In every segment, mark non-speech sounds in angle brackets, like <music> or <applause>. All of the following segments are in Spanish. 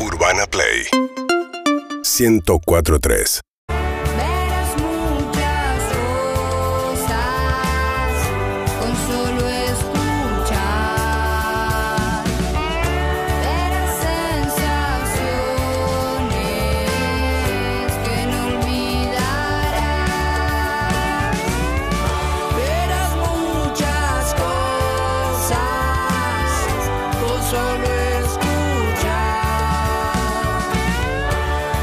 Urbana Play 1043 Verás muchas cosas con solo escuchar. Verás sensaciones que no olvidarás. Verás muchas cosas con solo escuchar.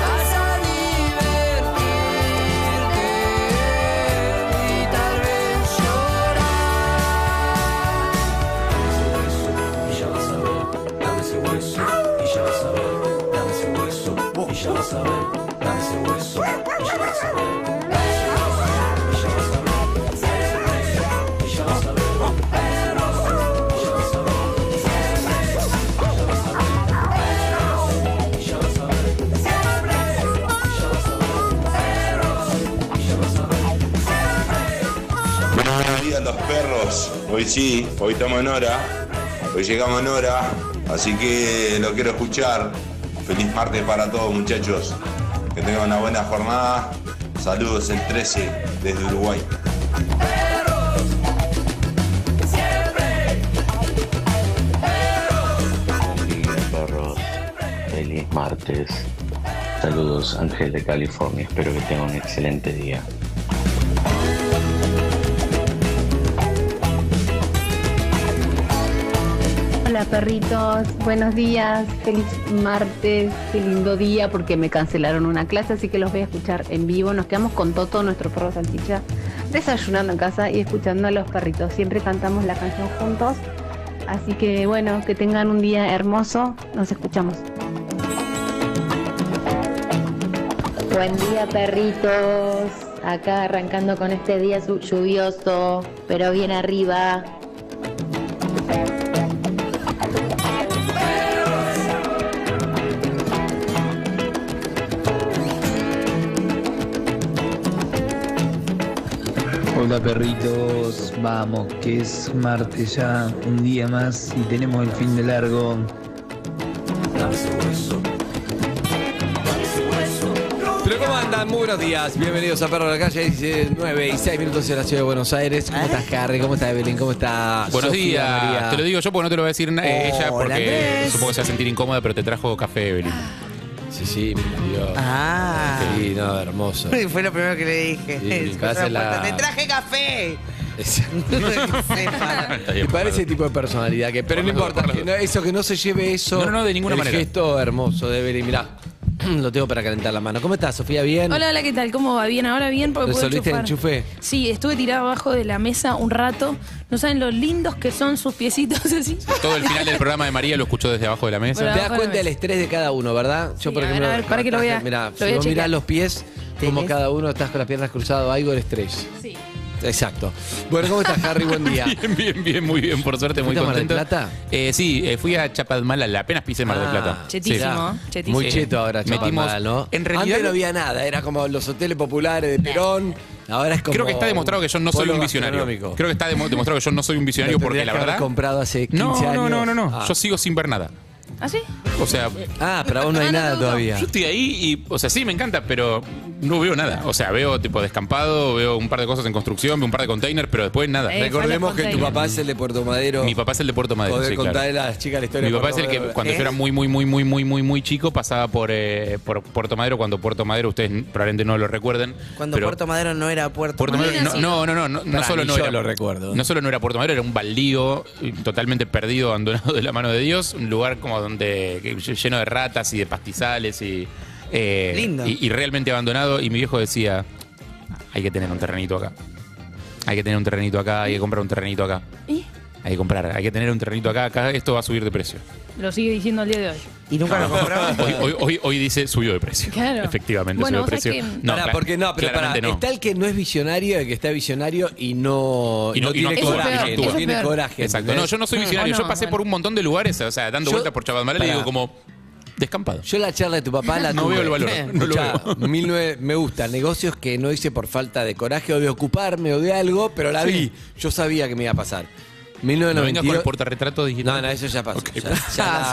Vas a divertirte y tal vez llorar. y ya vas a ver, dame ese hueso, y ya vas a ver, dame ese hueso, y ya vas a ver, dame ese hueso, y ya vas a ver. Buenos días los perros. Hoy sí, hoy estamos en hora. Hoy llegamos en hora. Así que lo quiero escuchar. Feliz martes para todos muchachos. Que tengan una buena jornada. Saludos el 13 desde Uruguay. perros. Feliz martes. Saludos, Ángel de California. Espero que tengan un excelente día. Hola perritos, buenos días, feliz martes, qué lindo día porque me cancelaron una clase, así que los voy a escuchar en vivo. Nos quedamos con Toto, nuestro perro salchicha, desayunando en casa y escuchando a los perritos. Siempre cantamos la canción juntos, así que bueno, que tengan un día hermoso, nos escuchamos. Buen día perritos, acá arrancando con este día su- lluvioso, pero bien arriba. Hola perritos, vamos, que es martes ya, un día más y tenemos el fin de largo. Pero ¿cómo andan? Muy buenos días. Bienvenidos a Perro de la Calle. Dice 9 y 6 minutos en la ciudad de Buenos Aires. ¿Cómo estás, Harry? ¿Cómo estás, Evelyn? ¿Cómo estás? Buenos Sofía, días. María? Te lo digo yo porque no te lo va a decir na- eh, ella Hola, porque Andrés. supongo que se va a sentir incómoda, pero te trajo café, Evelyn. Sí, sí, mi Dios. Ah. Sí, no, hermoso. Fue lo primero que le dije. Sí, Es vas a otra la- puerta. Te traje café. Exacto. Que <laughs> sepa. Está bien, Me parece ese perdón. tipo de personalidad que. Pero Por no las dudas, importa. por las que no- eso que no se lleve eso. No, no, no, de ninguna el manera. gesto hermoso de Evelyn. Mirá, <clears throat> lo tengo para calentar la mano. ¿Cómo estás, Sofía? ¿Bien? Hola, hola, ¿qué tal? ¿Cómo va? Bien, ahora bien, porque puedo ¿Resolviste el enchufar. enchufe? Sí, estuve tirado abajo de la mesa un rato. No saben lo lindos que son sus piecitos así. Todo el final del programa de María lo escuchó desde abajo de la mesa. Bueno, Te das Bájame. cuenta del estrés de cada uno, ¿verdad? Yo, Sí, por a ver, ejemplo, a ver, para que lo vea. Mirá, Lo si voy a vos mirás chequear. los pies, como ¿Tenés? cada uno estás con las piernas cruzadas, algo del estrés. Sí. Exacto. Bueno, ¿cómo estás, Harry? Buen día. <laughs> Bien, bien, bien, muy bien, por suerte, muy ¿Fuiste a Mar del contento. Plata? Eh, sí, eh, fui a Chapadmalal, apenas pisé Mar del Ah, Plata. Chetísimo, ¿eh? chetísimo. Muy cheto ahora, Metimos- Chapadmalal, ¿no? en realidad- Antes no había nada, era como los hoteles populares de Perón. Ahora es como. Creo que está demostrado que yo no soy polo un visionario. gastronómico. Creo que está demo- demostrado que yo no soy un visionario Lo porque tendrías la que haber verdad. comprado hace 15 no, años. no, no, no, no. Ah. Yo sigo sin ver nada. ¿Ah, sí? O sea, eh, Ah, pero aún no hay Ah, no, nada no, no. todavía. yo estoy ahí y, o sea, sí, me encanta, pero no veo nada. O sea, veo tipo descampado, veo un par de cosas en construcción, veo un par de containers, pero después nada. Eh, Recordemos que tu Container. papá es el de Puerto Madero. Mi papá es el de Puerto Madero. Poder sí, claro. contarle a las chicas la historia. Mi de papá es Puerto el que Madero. cuando ¿Eh? yo era muy, muy, muy, muy, muy, muy, muy chico pasaba por, eh, por Puerto Madero, cuando Puerto Madero, ustedes probablemente no lo recuerden. Cuando pero Puerto Madero no era Puerto, Puerto Madero, Madero no, no, no, no, no, Pará, solo ni no yo era, lo recuerdo. No solo no era Puerto Madero, era un baldío eh, totalmente perdido, <laughs> abandonado de la mano de Dios, un lugar como donde que- lleno de ratas y de pastizales y, eh, Lindo. y, y realmente abandonado. Y mi viejo decía, hay que tener un terrenito acá, hay que tener un terrenito acá, hay que comprar un terrenito acá, ¿Y? hay que comprar, hay que tener un terrenito acá, acá esto va a subir de precio. Lo sigue diciendo al día de hoy. Y nunca lo compraron. <laughs> Hoy, hoy- hoy- hoy dice subió de precio. Claro. Efectivamente, Bueno, subió de o sea precio. que- No, Pará, cla- porque no, pero pará, claramente no. está el que no es visionario, el que está visionario y no, Y no- y tiene no actúa, y no coraje. actúa. tiene Eso es peor. coraje. Exacto. No, ¿entendés? yo no soy visionario. Ah, yo no, pasé bueno. por un montón de lugares, o sea, dando Yo- vueltas por Chapadmalal y Pará. digo como descampado. Yo la charla de tu <laughs> papá la No tuve. Eh, veo el valor, no lo Escuchá, veo. 19 me gusta, negocios que no hice por falta de coraje o de ocuparme o de algo, pero la vi. Yo sabía que me iba a pasar. No vengas con el 1992. portarretrato digital. No, no, eso ya pasó. <laughs> ya- Ah, ya-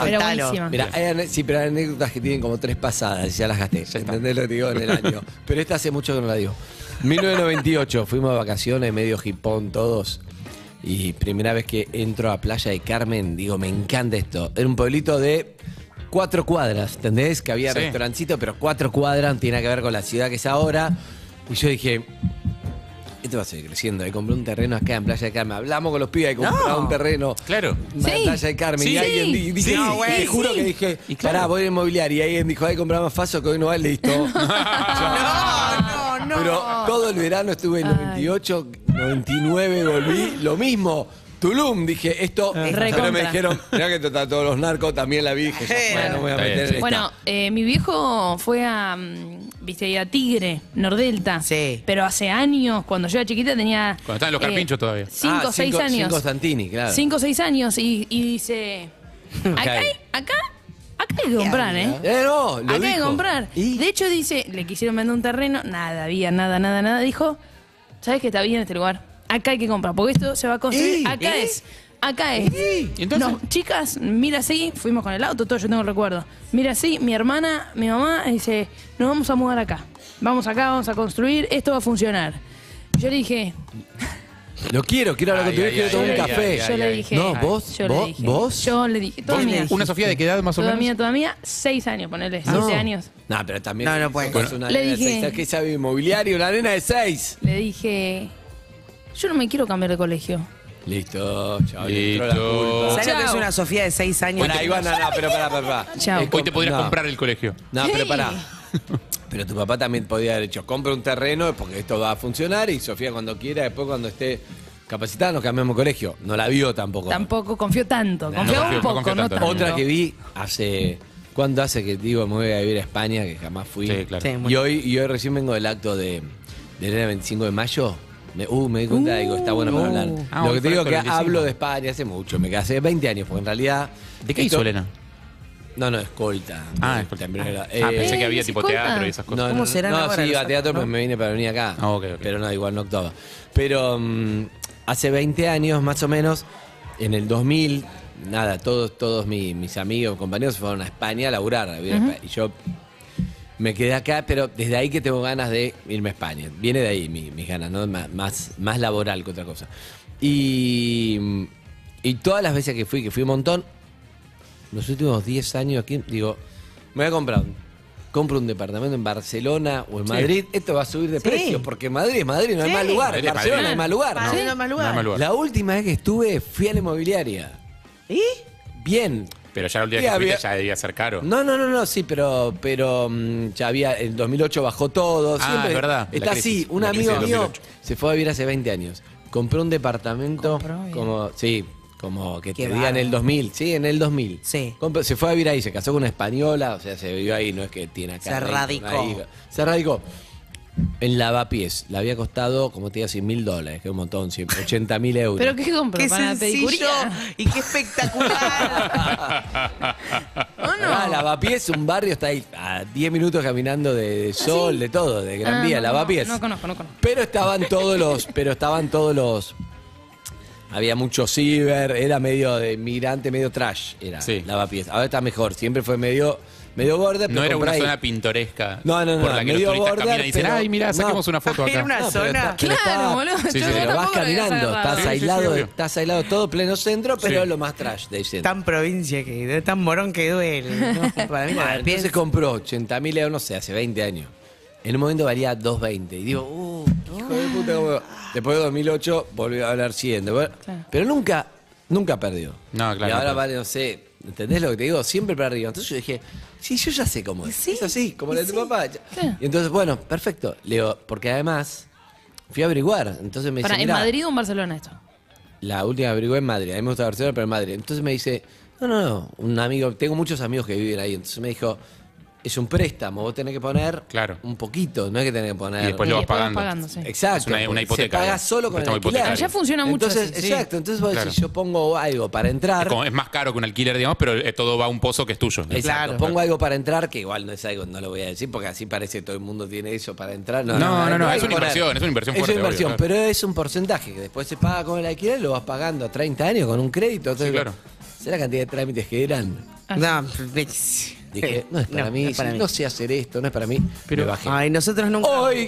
Pero soltalo. buenísima. Mirá, hay ane- sí, pero hay anécdotas que tienen como tres pasadas y ya las gasté. ¿Entendés lo que digo en el año? <laughs> Pero esta hace mucho que no la digo. 1998, fuimos de vacaciones, medio hipón todos. Y primera vez que entro a Playa de Carmen, digo, me encanta esto. Era un pueblito de cuatro cuadras, ¿entendés? Que había Sí. restaurancito, pero cuatro cuadras, no tiene nada que ver con la ciudad que es ahora. Y yo dije, esto va a seguir creciendo. Y compré un terreno acá en Playa de Carmen. Hablamos con los pibes y compramos No. un terreno. Claro. Sí. Playa de Carmen. Sí. Y alguien di- dije, Sí. no, Sí, güey, sí. juro que dije, Y claro. pará, voy a la inmobiliaria. Y alguien dijo, ay, compramos Faso que hoy no va listo. <laughs> Ah, No, no. Pero todo el verano estuve en 98, 99, volví, lo mismo. Tulum, dije, esto, pero me Ah. Recontra. dijeron, mirá que trata a todos los narcos, también la vi, dije, ya fue, no me voy a Está bien. meter en esta. Bueno, eh, mi viejo fue a, mm, viste, ahí a Tigre, Nordelta. Sí. Pero hace años, cuando yo era chiquita tenía... Cuando estaban los eh, carpinchos todavía. Cinco Ah, o seis cinco- años. Cinco Santini, claro. Cinco o seis años y, y <laughs> dice... Acá hay, acá, acá hay que comprar, ¿eh? Eh, no, lo Acá hay que dijo. comprar. De hecho, dice, le quisieron vender un terreno, nada, había nada, nada, nada. Dijo, ¿sabes que está bien este lugar? Acá hay que comprar, porque esto se va a construir. ¿Y? Acá ¿Y? es. Acá es. ¿Y entonces? No, chicas, mira así, fuimos con el auto, todo, yo tengo el recuerdo. Mira así, mi hermana, mi mamá, dice, nos vamos a mudar acá. Vamos acá, vamos a construir, esto va a funcionar. Yo le dije, Lo quiero, quiero hablar Ay, con tu viejo, ay, quiero tomar un ay, ay, café. ay, ay, yo le ay. dije. No, vos, yo le vos, dije, vos. Yo le dije, toda mía. ¿Una Sofía de qué edad más o Toda menos? mía, toda mía, seis años, ponele, siete No. años. No, pero también. No, no puede sos ser. una Le nena de dije- seis, ¿sabes qué sabe inmobiliario? Una nena de seis. Le dije, yo no me quiero cambiar de colegio. Listo, chao. le entró la Listo. culpa. ¿Sabes lo que es Chao. una Sofía de 6 años? Pará, Iván, no, no, pero pará, pará. pará. Chao. Es Hoy com- te podrías no. comprar el colegio. No, pero Sí. pará. Pero tu papá también podía haber hecho, compra un terreno porque esto va a funcionar y Sofía cuando quiera, después cuando esté capacitada nos cambiamos de colegio. No la vio tampoco. Tampoco confió tanto, No, confió no un confió, no poco, confió no tanto, tanto. no. Otra que vi hace. ¿Cuánto hace que digo me voy a vivir a España? Que jamás fui. Sí, claro. Sí, Y hoy, y hoy recién vengo del acto de, de Elena 25 de mayo. Me, uh, me di cuenta, digo, está bueno para hablar. Ah, Lo que te hoy fue el digo es que 45. hablo de España hace mucho, me casé 20 años, porque en realidad. ¿De qué esto- hizo Elena? No, no, escolta. Ah, Eh, escolta. también era- Ah, pensé eh, que había tipo ¿se teatro corta? y esas no, cosas. ¿Cómo no, serán no, ahora sí, los iba a teatro, actos, pues no? me vine para venir acá. Ah, ok, ok. Pero no, igual no actuaba. Pero mm, hace 20 años, más o menos, en el 2000, nada, todos, todos mi- mis amigos, compañeros se fueron a España a laburar. a vivir a España. Y yo me quedé acá, pero desde ahí que tengo ganas de irme a España. Viene de ahí mi- mis ganas, ¿no? Má- Más, más laboral que otra cosa. Y, y todas las veces que fui, que fui un montón, los últimos 10 años aquí, digo, me voy a comprar un, compro un departamento en Barcelona o en Madrid, esto va a subir de Sí. precio, porque Madrid es Madrid, no hay Sí. más lugar, Madrid es Barcelona Madrid. hay más lugar. Barcelona no hay más lugar. No hay más lugar. La última vez que estuve fui a la inmobiliaria. ¿Y? Bien. Pero ya el día Sí, que fuiste había- ya debía ser caro. No, no, no, no, sí, pero, pero mm, ya había, el 2008 bajó todo. Ah, siempre es verdad, la Está crisis, así, un la crisis amigo del mío 2008. se fue a vivir hace 20 años. Compró un departamento Compró, bien. como, sí, como que Qué te diga en el bárbaro. 2000, sí, en el 2000. Sí. Compró- se fue a vivir ahí, se casó con una española, o sea, se vivió ahí, no es que tiene acá. Se raíz, radicó. raíz. se radicó. En lavapiés, le había costado, como te digo, 100 mil dólares, que es un montón, <laughs> 80 mil euros. Pero qué compro, Qué para la sencillo pedicuría. y qué <laughs> espectacular. ¿O <laughs> no? Ah, Lavapiés, un barrio, está ahí a 10 minutos caminando de, de sol, de todo, de Gran Ah, Vía, no, no, Lavapiés. No, conozco, no conozco. Pero estaban todos <laughs> los, pero estaban todos los. Había mucho ciber, era medio de migrante, medio trash, era Sí. Lavapiés. Ahora está mejor, siempre fue medio, medio gorda, pero No era por una ahí- zona pintoresca No, no, no, por la que los medio turistas border, caminan y dicen, pero- ay, mira, no. saquemos una foto Era acá. una No, pero zona. está- pero Claro, está- boludo, Sí, yo sí. Pero vas tampoco lo había caminando, agarrado. estás Sí, sí, sí, aislado, de- obvio. estás aislado todo pleno centro, pero Sí. lo más trash del centro. Tan provincia que tan morón que duele. ¿no? Para mí, Bueno, entonces compró 80 mil euros, no sé, hace 20 años. En un momento valía 2.20. Y digo, uh, hijo de puta, ¿cómo? Después de 2008 volvió a hablar 100. después- Claro. Pero nunca, nunca perdió. No, Y claro, no ahora perdió. vale, no sé, ¿entendés lo que te digo? Siempre para arriba. Entonces yo dije, sí, yo ya sé cómo es. Sí, es así, como la de tu sí. papá. Claro. Y entonces, bueno, perfecto. Le digo, porque además fui a averiguar. Entonces me Para, dice, ¿En mirá, Madrid o en Barcelona esto? la última averigué en Madrid. A mí me gusta Barcelona, pero en Madrid. Entonces me dice, no, no, no. Un amigo, tengo muchos amigos que viven ahí. Entonces me dijo, es un préstamo. Vos tenés que poner un poquito, no hay que tener que poner. Y después lo Y vas después vas pagando. pagando, sí. Exacto. Es una- una porque hipoteca, Se paga digamos, solo un con el préstamo alquiler. hipotecario. Allá funciona mucho Entonces, así, sí. Exacto. Entonces vos Claro. decís, yo pongo algo para entrar. Es, como- es más caro que un alquiler, digamos, pero eh, todo va a un pozo que es tuyo. ¿no? Exacto, pongo algo para entrar, que igual no es algo, no lo voy a decir, porque así parece que todo el mundo tiene eso para entrar. No, No, no, no, hay es que una poner. inversión, es una inversión fuerte, Es una inversión, obvio, pero es un porcentaje que después se paga con el alquiler, lo vas pagando a 30 años con un crédito. Entonces, claro. sé la cantidad de trámites que eran. No, pues, <laughs> Dije, no es para mí, es para mí. no sé Oh, hacer esto, no es para mí. Pero, Ay, nosotros nunca. Hoy.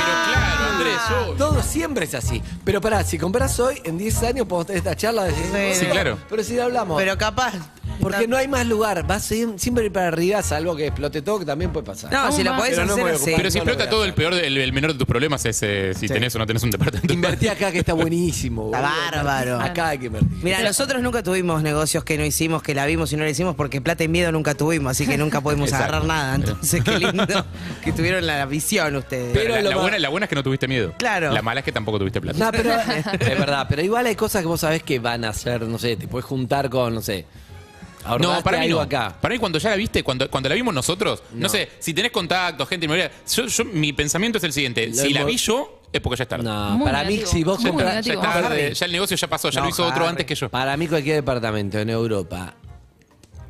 Ah. Todo siempre es así. Pero pará, si compras hoy, en 10 años podemos tener esta charla. de decir, Sí, no, claro. Pero si la hablamos. Pero capaz. Porque no hay más lugar. Vas a ir siempre para arriba, salvo que explote todo, que también puede pasar. No, si la podés puedes hacer así. Pero si explota todo, el peor, de- el, el menor de tus problemas es eh, si tenés o no tenés un departamento. Invertí acá que está <laughs> buenísimo. Está bárbaro. Acá hay que invertir. Mira, nosotros nunca tuvimos negocios que no hicimos, que la vimos y no la hicimos, porque plata y miedo nunca tuvimos, así que nunca pudimos Exacto. agarrar nada. Entonces, qué lindo que tuvieron la visión ustedes. Pero la, la buena, la buena es que no tuviste miedo. Claro. La mala es que tampoco tuviste plata. No, pero <laughs> es verdad, pero igual hay cosas que vos sabés que van a hacer, no sé, te puedes juntar con, no sé, ahorraste No, para mí algo no. acá. Para mí cuando ya la viste, cuando, cuando la vimos nosotros, no, sé, si tenés contacto, gente inmobiliaria, yo, yo- mi pensamiento es el siguiente, Lo si la hemos- vi yo, es porque ya es tarde. No, para mí si vos ya, compras- está- ya es tarde, ya el negocio ya pasó, ya No, lo hizo otro Harry. antes que yo. Para mí cualquier departamento en Europa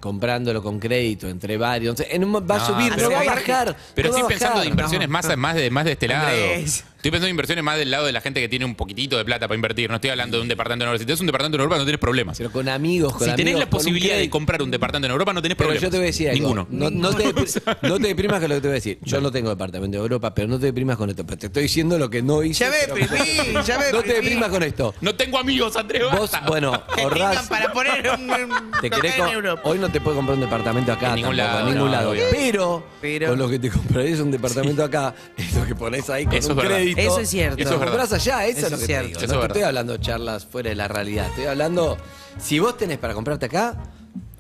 comprándolo con crédito entre varios, entonces, en un- va a No, subir, pero va a Harry, bajar. Pero no va estoy a pensando de bajar. inversiones No. más, más, de, más de este lado. Andrés. Estoy pensando de inversiones más del lado de la gente que tiene un poquitito de plata para invertir. No estoy hablando de un departamento en Europa. Si tenés un departamento en Europa, no tenés problemas. Pero con amigos, con si tenés amigos, la con un posibilidad de crédito. comprar un departamento en Europa, no tenés Pero problemas. yo te voy a decir algo. Ninguno. No, no te, depri- no te deprimas con lo que te voy a decir. Yo no tengo departamento de Europa, pero no te deprimas con esto. Pero te estoy diciendo lo que no hice. Ya me pero- deprimí, ya me No te deprimí. deprimas con esto. No tengo amigos, Andrés. Vos, basta. <laughs> bueno, ahorrás. Para poner un. un- <laughs> Te querés en co- Europa. Hoy no te puedes comprar un departamento acá, En ningún tampoco, lado, en ningún no, lado. obvio. Pero, Pero- con lo que te <laughs> comprarías un departamento acá, es lo que pones ahí con Eso un es verdad. crédito. Eso es cierto. Te Eso es verdad. compras allá, eso, Eso es lo es que te cierto. digo. Eso no es te verdad. estoy hablando charlas fuera de la realidad. Estoy hablando, si vos tenés para comprarte acá,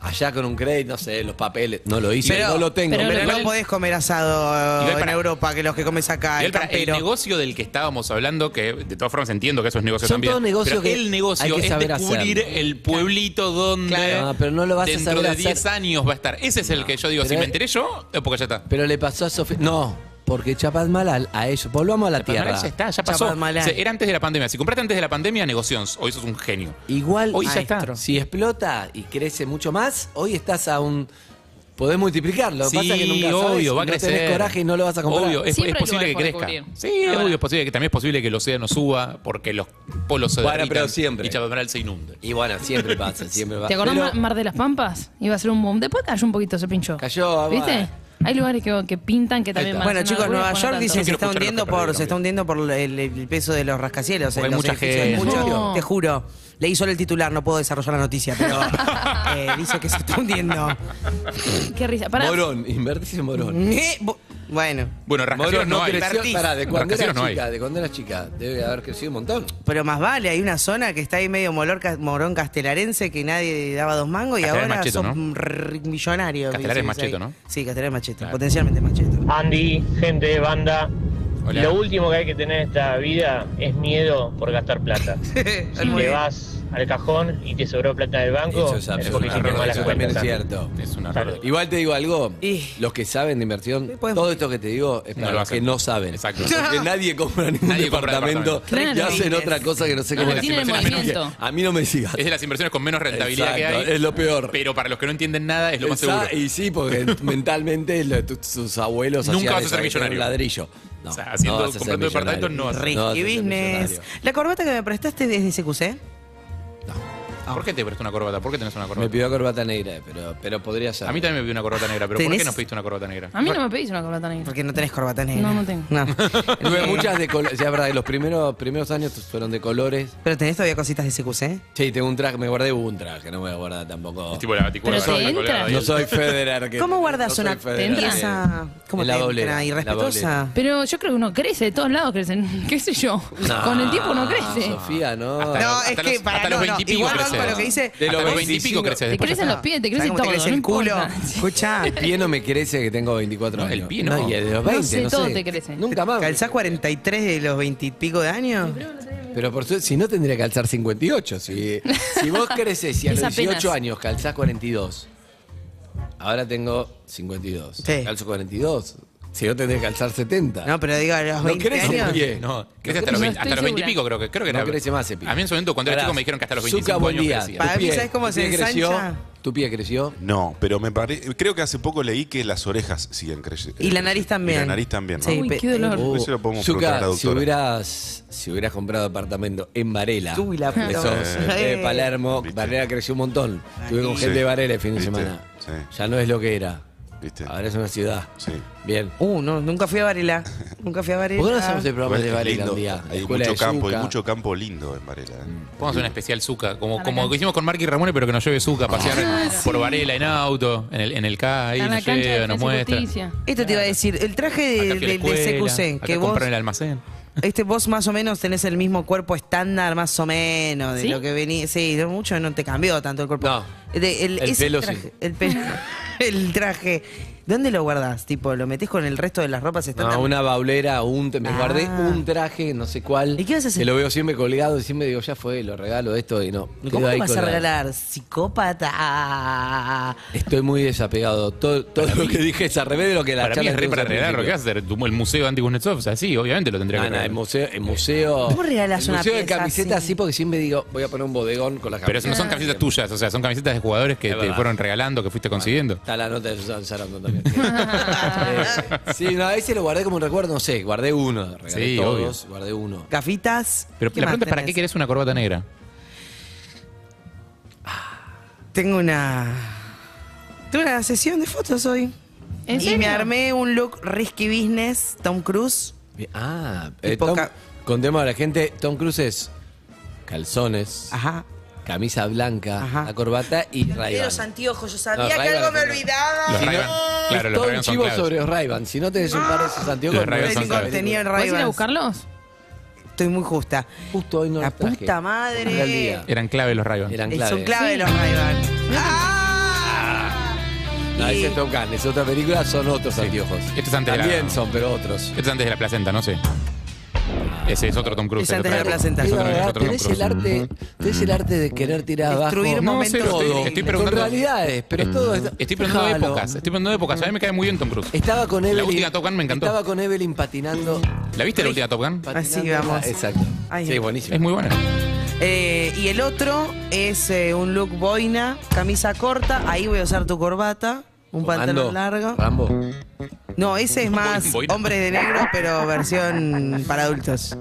allá con un crédito, no sé, los papeles. No lo hice, Pero- no lo tengo. Pero, Pero no igual- podés comer asado Igual en para- Europa que los que comes acá, Miguel, el para eh, el campero. negocio del que estábamos hablando, que de todas formas entiendo que esos negocios Son también. todos negocios pero que el negocio hay que saber es descubrir hacerlo. el pueblito donde No, pero no lo vas a dentro saber de hacer. 10 años va a estar. Ese es el que yo digo, pero si me es- enteré yo, es porque ya está. Pero le pasó a Sofía. No, porque Chapat Malal, a ellos. Volvamos a la Pero tierra. ya está, ya pasó. Chapas Malán. O sea, era antes de la pandemia. Si compraste antes de la pandemia, negocions. Hoy sos un genio. Igual, Hoy ya Maestro. está. si explota y crece mucho más, hoy estás a un. Podés multiplicarlo. Lo que pasa es que nunca sabes, obvio, va a no crecer. tenés coraje y no lo vas a comprar. Obvio, es, Siempre es hay posible que lugares por crezca. descubrir. Sí, Ahora. obvio, es posible que también es posible que el océano suba porque los polos se Bueno, derritan pero siempre. y Chapadmalal se inunde. Y bueno, siempre pasa, siempre pasa. ¿Te acordás Pero Mar- Mar de las Pampas? Iba a ser un boom. Después cayó un poquito, se pinchó. Cayó, ah, ¿Viste? bueno. Hay lugares que, que pintan que también van a Bueno, ser chicos, una Nueva locura, York no dicen que se Yo quiero está escuchar hundiendo lo que perdí, por se está hundiendo por el, el peso de los rascacielos. Porque en hay los mucha edificios, hay gente. mucho- No. Te juro. Leí solo el titular, no puedo desarrollar la noticia, pero <laughs> eh, dice que se está hundiendo. tanto. Qué risa. Pará. Morón, invertís en Morón. Eh, bu- bueno, Bueno, rascacielos Morón no, no, hay. creció. Invertís. Pará, de cuando era Rascacielos no hay. chica, de cuando era chica, debe haber crecido un montón. pero más vale, hay una zona que está ahí medio molor, ca- morón castelarense que nadie daba dos mangos y Castelar es ahora Macheto, son ¿no? millonarios. Castelar es Macheto, ¿no? Sí, Castelar es macheto, Claro. potencialmente macheto. Andy, gente de banda. Hola. Lo último que hay que tener en esta vida es miedo por gastar <laughs> plata. Si Muy te bien. vas al cajón y te sobró plata del banco, Eso es porque absolutamente hiciste verdad, malas eso también es cuentas. cierto. Es una error. Igual te digo algo, Y- los que saben de inversión, podemos- todo esto que te digo es para lo los hacen. que no saben. Exacto. Porque nadie compra ningún Nadie compra departamento departamento. y hacen Claro. otra cosa que no sé No, cómo las decir. tienen movimiento. A mí no me sigas. Es de las inversiones con menos rentabilidad Exacto, que hay. es lo peor. Pero para los que no entienden nada, es lo más Esa- seguro. Y sí, porque <laughs> mentalmente lo de tu- sus abuelos Nunca hacían vas a esa ser que era millonario. Un ladrillo. No, O sea, haciendo- no vas a ser comprando departamentos, millonario. no vas a ser. No vas a Risky ser business. millonario. La corbata que me prestaste desde CQC. ¿Por qué te prestó una corbata? ¿Por qué tenés una Me corbata? pidió corbata negra, pero, pero podría ser. A mí también me pidió una corbata negra, pero ¿por qué ¿Tenés- nos pediste una corbata negra? A mí no me pedís una corbata negra. Porque no tenés corbata negra. No, no tengo. <laughs> Tuve Eh, muchas de colores. Ya, es verdad, que los primeros, primeros años fueron de colores. Pero tenés todavía cositas de CQC. Sí, tengo un traje, me guardé un traje, no me voy a guardar tampoco. Es tipo la baticuela. Pero te la entra. colgada. No soy <laughs> Federer. que- ¿Cómo guardas Eh, no una soy Federer, pieza que- como en la te doblera, entra, en la irrespetuosa? Pero yo creo que uno crece, de todos lados crecen. ¿Qué sé yo? doblera. Con el tiempo no No, crece. Sofía, no. Hasta No, los- es hasta que los- para- hasta no, los no, 20 y pico igual creces. banco lo que dice- De los Hasta los 20 y 25. pico creces. Te después ya crecen está. los pies, te ¿Sabés crece cómo todo. te crece no el culo? importa. Escuchá, El pie no me crece que tengo 24 No, años. el pie no. y el de los No 20, no sé, sé. todo te crece. Nunca más. ¿Calzás 43 de los 20 y pico de años? Pero por suerte, si no tendría que calzar 58. Si, si vos creces y a Es los apenas. 18 años calzás 42, a Ahora tengo 52. Sí. Calzo 42. Si yo tendría que calzar 70. No, pero digo, a los No 20 crece, años. oye, No, crece No hasta los crece, 20, no estoy hasta los 20 y pico, segura. creo que. Creo que No era- crece más, Epi. A mí en su momento, cuando era Pará. chico, me dijeron que hasta los Zucca, 25 buen años día. crecía. Tu pie- tu pie creció, ensancha? ¿Tu pie creció? No, pero me pare- creo que hace poco leí que las orejas siguen eh, creciendo. Y la nariz también. Y la nariz también. ¿no? Sí, Uy, pe- qué dolor. Uh, Eso lo podemos Zucca, preguntar a la si doctora. hubieras, si hubieras comprado apartamento en Varela, Uy, la puta que madre. sos de Palermo, Varela creció un montón. Estuve con Sí, gente de Varela el fin de viste, semana. sí. Ya no es lo que era. Ahora es una ciudad. Bien. Uh, no, nunca fui a Varela. Nunca fui a Varela. ¿Por qué no hacemos el programa Igual de es Varela lindo, un día? Hay Escuela mucho de campo, hay Zucca. mucho campo lindo en Varela. ¿eh? Mm. Vamos a hacer una especial Zucca, como, la como cancha. hicimos con Marky Ramones, pero que nos lleve Zucca a pasear Ah, por sí. Varela en auto, en el, en el K, ahí Está en la nos cancha de lleva, nos Defensa y muestra. Justicia. Esto te iba a decir, el traje Acá de, fui a la del- del escuela, CQC, acá que vos, compraron en el almacén. este, vos más o menos tenés el mismo cuerpo estándar, más o menos, de ¿Sí? lo que venís. Sí, no mucho no te cambió tanto el cuerpo. No. De- El ese pelo traje, sí. El, pelo- <laughs> el traje. ¿Dónde lo guardás? Tipo, ¿lo metés con el resto de las ropas No, estándar? una baulera, un me Ah. guardé un traje, no sé cuál. ¿Y qué vas a hacer? Que lo veo siempre colgado y siempre digo, ya fue, lo regalo esto y no. quedó ¿Cómo ahí lo vas a colgado. regalar? Psicópata. Estoy muy desapegado. Todo, todo lo que dije es al revés de lo que la Para mí charla es re tuvimos para al regalarlo. ¿Qué principio. vas a hacer? Tu- El museo antikunetsov, o sea, sí, obviamente lo tendría No, que no, el regalar. museo, el museo. ¿Cómo regalás el una museo de pieza camisetas así? porque siempre digo, voy a poner un bodegón con las Pero eso no camisetas. son camisetas tuyas, o sea, son camisetas de jugadores que Es te verdad. fueron regalando, que fuiste consiguiendo. Está la nota de Susan Sarandon también. <laughs> Eh, sí, no, ese lo guardé como un recuerdo, no sé, guardé uno. Regalé Sí, todos, guardé uno. Gafitas. Pero ¿Qué la más pregunta es, ¿para qué tenés? querés una corbata negra? Tengo una. Tuve una sesión de fotos hoy. ¿En y serio? me armé un look risky business, Tom Cruise. Bien, Ah, Y eh, Tom- poca- contemos a la gente, Tom Cruise es calzones, camisa blanca, la corbata y Y ray los anteojos, yo sabía No, que Ray-Ban algo me no. olvidaba. Los Si no- Ray-Ban. Claro, es los todo Ray-Ban un son chivo claves. sobre los Ray-Ban. Si no tenés un par de esos anteojos... Los Ray-Ban no son ves la claves. Tenía el película. ¿Vas a ir a Ray-Bans. buscarlos? Estoy muy justa. Justo hoy no La los traje. puta Era el madre. día. Eran clave los Ray-Ban. Eran Eh, claves. Son clave los Ray-Ban. Ah. No, Y- ese es Top Gun, es otra película, son otros anteojos. Esto Este es antes de la- También son, pero otros. Esto es antes de la placenta, no sé. Ese es otro Tom Cruise. Es antes de la otro- placenta. es Es otro- es verdad, otro Tom tenés el, Cruise. arte, tenés el arte de querer tirar abajo Destruir No, momentos. sé, lo estoy, todo. estoy con preguntando. realidades, pero todo está- Mm. Estoy preguntando Déjalo. épocas. Estoy preguntando épocas. A mí me cae muy bien Tom Cruise. Estaba con La Evelyn. última Top Gun me encantó. Estaba con Evelyn patinando. ¿La viste la última Top Gun? patinando Así vamos. Exacto. Ay. sí, buenísimo. Es muy buena. Eh, y el otro es eh, un look boina, camisa corta. Ahí voy a usar tu corbata, un pantalón Comando, largo. Rambo. No, ese es más Boina. hombres de negro, pero versión para adultos.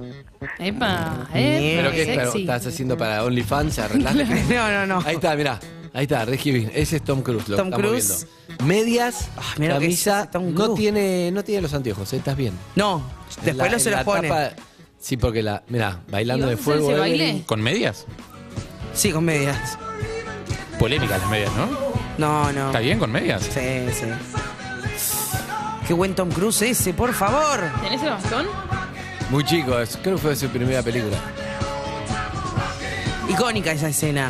Epa, Bien. eh. Pero qué es, claro, sexy. estás haciendo para OnlyFans, <laughs> arreglaste. No, no, no. Ahí está, mirá. Ahí está, Reggie Bean. Ese es Tom Cruise, lo Tom estamos Cruise. Ah, viendo. Medias, mirá lo que es camisa, ese Tom no Cruise. tiene, no tiene los anteojos, eh, estás bien. No, En después la- no se en la los pone. tapa- sí, porque la, mirá, bailando ¿Y de vas a hacer fuego. eh. ese Evelyn. baile? ¿Con medias? Sí, con medias. Polémicas las medias, ¿no? No, no. ¿Está bien con medias? Sí, sí. Qué buen Tom Cruise ese, por favor. ¿Tenés el bastón? Muy chico, es- creo que fue su primera película. Icónica esa escena.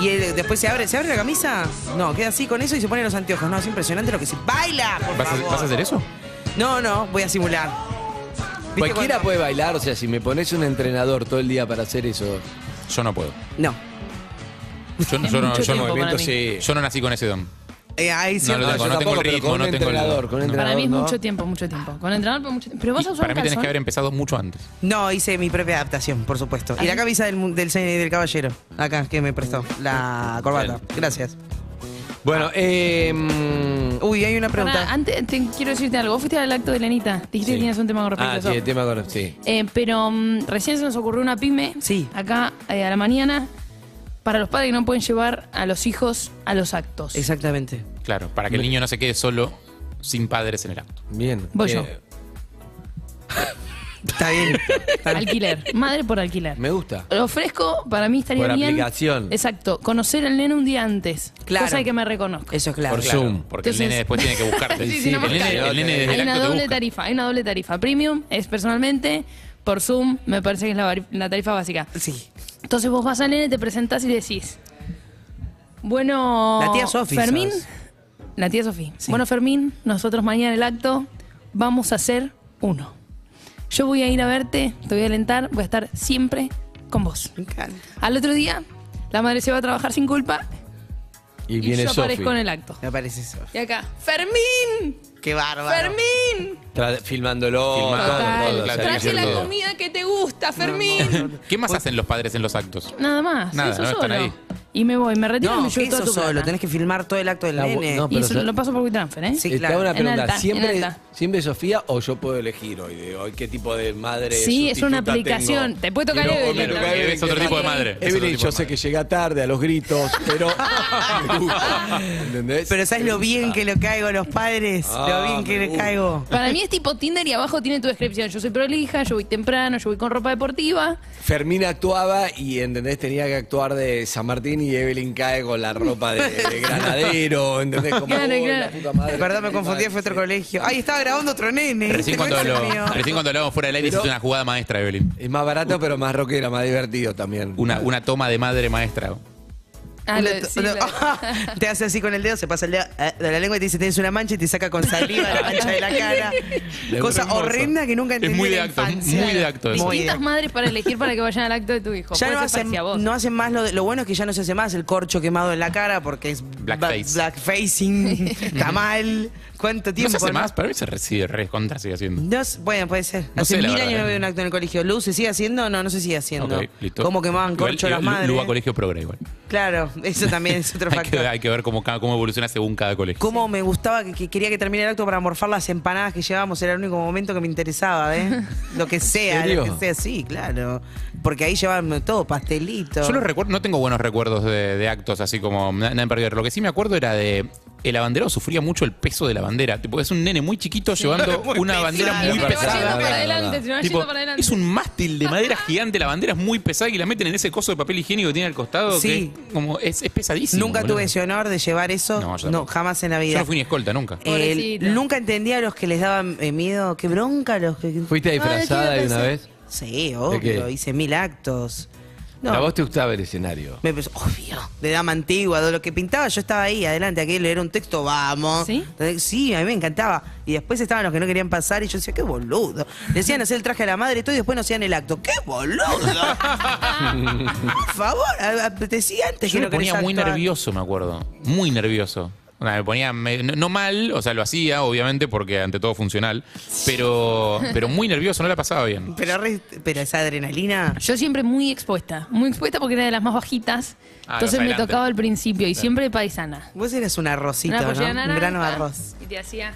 Y él, después se abre, ¿se abre la camisa? No, queda así con eso y se pone los anteojos. No, es impresionante lo que se baila, por ¿Vas a, favor. vas a hacer eso? No, no, voy a simular. ¿Viste Cualquiera cuando- puede bailar, o sea, si me pones un entrenador todo el día para hacer eso. Yo no puedo. No. Yo, no- yo no, mucho yo no- tiempo para mí. sí. yo no nací con ese don. Eh, ahí No siempre. lo No, yo tengo, no tengo tampoco, el pero ritmo, con no un tengo el entrenador, con un No. entrenador. Para mí es ¿no? mucho tiempo, mucho tiempo. Con entrenador por mucho tiempo. Pero vas a Y usar Para un mí tenés calzón. que haber empezado mucho antes. No, hice mi propia adaptación, por supuesto. Y la camisa del, mu- del, se- del caballero, acá, que me prestó. La corbata. Gracias. Bueno, eh, mm, Uy, hay una Pará, pregunta. antes te quiero decirte algo. Vos fuiste al acto de Lenita. Dijiste que Sí. tenías un tema con respecto Ah, a eso. sí, el tema con. Sí. Eh, pero mm, recién se nos ocurrió una pyme. Sí. Acá eh, a la mañana. Para los padres que no pueden llevar a los hijos a los actos. Exactamente. Claro, para que el niño no se quede solo sin padres en el acto. Bien. Voy Eh, <laughs> yo. Está bien. <laughs> Alquiler. Madre por alquiler. Me gusta. Lo ofrezco, para mí estaría Por bien. aplicación. Exacto. Conocer al nene un día antes. Claro. Cosa de que me reconozca. Eso es claro. Por Claro, Zoom. Porque Entonces- el nene después tiene que buscarte. <laughs> Sí, sí, sí, no me el, nene, buscarte. el nene desde Hay el una acto te doble busca. tarifa, hay una doble tarifa. Premium es personalmente, por Zoom, me parece que es la, vari- la tarifa básica. Sí. Entonces vos vas al nene, te presentás y decís, bueno, La tía Sofi Fermín, sos. la tía Sofi. Bueno, Fermín, nosotros mañana en el acto vamos a hacer uno. Yo voy a ir a verte, te voy a alentar, voy a estar siempre con vos. Me encanta. Al otro día, la madre se va a trabajar sin culpa Y Y viene yo Sofi. aparezco en el acto. Me aparece eso. Y acá, ¡Fermín! Qué Ah, bárbaro. ¡Fermín! Tra- Filmándolo. Filmando, todo, todo, todo, Ah, claro, o sea, Traje la todo. comida que te gusta, Fermín. ¿Qué más hacen los padres en los actos? Nada más, Nada, eso no solo. están ahí. Y me voy, me retiro y No, me llevo toda eso tu solo, plata. tenés que filmar todo el acto del La- nene. no, Y pero eso se- lo paso por WeTransfer, ¿eh? Eh, te hago una En pregunta. alta, en ¿Siempre, alta. ¿Siempre Sofía o yo puedo elegir hoy? de hoy ¿Qué tipo de madre Sí, es una sustituta aplicación. tengo? Te puede tocar Quiero- Evelyn. me toca Es Evelyn, otro que- tipo de madre, es otro Evelyn, tipo yo de sé que llega tarde a los gritos, <laughs> pero... me gusta, ¿Entendés? Pero ¿sabes lo bien que le caigo a los padres? Ah, lo bien que me le gusta. caigo. Para mí es tipo Tinder y abajo tiene tu descripción. Yo soy prolija, yo voy temprano, yo voy con ropa deportiva. Fermina actuaba y, ¿entendés? Tenía que actuar de San Martín y Evelyn cae con la ropa de, de granadero, ¿entendés? Como, Claro, "Uy, claro. la puta madre". Perdón, me confundí, fue otro colegio. Ay, estaba grabando <laughs> otro nene. Recién Este cuando, no es el lo, mío. recién cuando hablamos fuera del aire Pero- hiciste una jugada maestra, Evelyn. Es más barato, pero más rockera, más divertido también. Una, una toma de madre maestra. Ah, Lo- lo- sí, lo- lo- te hace así con el dedo, se pasa el dedo eh, de la lengua y te dice, tienes una mancha y te saca con saliva la mancha de la cara. Le- Cosa hermoso. horrenda que nunca Es entendí muy en de la acto, infancia. muy de acto eso. Muy de Distintas madres para elegir para que vayan al acto de tu hijo. Ya Puede no ser hacen, parecido a vos. no hacen más lo, de- lo bueno es que ya no se hace más el corcho quemado en la cara porque es Blackface. ba- blackfacing, camal. ¿Cuánto ¿No tiempo? se hace por más? Para mí se recibe, recontra sigue haciendo. No s- bueno, puede ser. No Hace sé, la mil verdad, años no eh. veo un acto en el colegio. ¿Luz se sigue haciendo? No, no se sigue haciendo. Ok, listo. ¿Cómo quemaban Igual, corcho igual, las Lu- madres? Lu va a colegio progre igual. Claro, eso también <laughs> es otro hay, que, factor. ver- hay que ver cómo, ca- cómo evoluciona según cada colegio. Cómo me gustaba que, que quería que termine el acto para morfar las empanadas que llevábamos, era el único momento que me interesaba, ¿eh? Lo <laughs> que sea, serio? lo que sea, sí, claro. Porque ahí llevaban todo, pastelito. Yo los recuerdo, no tengo buenos recuerdos de, de actos así como na- nada en perder. Lo que sí me acuerdo era de. El abanderado sufría mucho el peso de la bandera. Tipo, es un nene muy <laughs> chiquito llevando Muy una pesado. bandera Y muy se va pesada. yendo para adelante, se va Tipo, yendo para adelante. es un mástil de madera gigante, la bandera es muy pesada y la meten en ese coso de papel higiénico que tiene al costado. Sí. que es como es, es pesadísimo. Nunca boludo. tuve ese honor de llevar eso. No, No, yo tampoco. jamás en la Yo vida. no fui ni escolta nunca. Eh, nunca entendía a los que les daban eh, miedo. Qué bronca los que. ¿Fuiste disfrazada de alguna vez? Sí, ¿De qué? obvio. Hice mil actos. No. ¿A vos te gustaba el escenario? Me pensó, obvio, de dama antigua, de lo que pintaba, yo estaba ahí, adelante, aquí leer un texto, vamos. ¿Sí? Sí, a mí me encantaba. Y después estaban los que no querían pasar y yo decía, qué boludo. Decían hacer el traje a la madre y todo y después no hacían el acto. ¡Qué boludo! <laughs> Por favor, a- a- te decía antes Yo que me no querías ponía muy actuar. nervioso, me acuerdo. Muy nervioso. Nada, me ponía me- no, no mal, o sea, lo hacía, obviamente, porque ante todo funcional, pero, pero muy nervioso, no la pasaba bien. Pero, re- pero esa adrenalina. Yo siempre muy expuesta, muy expuesta porque era de las más bajitas. Ah, entonces vas me adelante. tocaba al principio y siempre paisana. Vos eras una rosita, Una ¿no? pollera Un naranja. grano de arroz. Y te hacía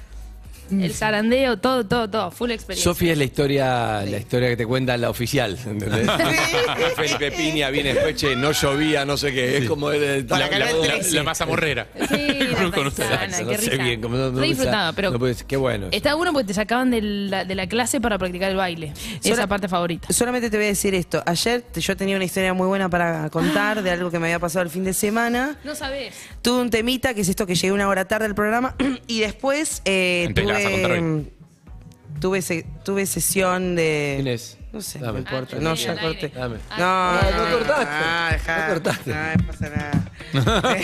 el zarandeo, todo, todo, todo. Full experiencia. Sofía es la historia, la historia que te cuenta la oficial, ¿entendés? <laughs> Felipe Piña viene después, che, no llovía, no sé qué. Es como el- el- la, la, la- la masa morrera. <laughs> Sí, la paisana, Con ustedes. qué no sé risa. bien, como no, no Re me disfrutaba, sa- pero- no puede ser, qué bueno. Estaba bueno porque te sacaban de la, de la clase para practicar el baile. Esa Sola- parte favorita. Solamente te voy a decir esto. Ayer te- yo tenía una historia muy buena para contar de algo que me había pasado el fin de semana. No sabés. Tuve un temita, que es esto que llegué una hora tarde al programa, <clears throat> y después eh, Entonces la vas a contar tuve, tuve, se- tuve sesión de... ¿Quién es? No sé, Dame. no importa. Ah, No, ya corté. Dame. No, no, Ah, no cortaste. Ah, No, dejá. No cortaste. No, no pasa nada. Ah.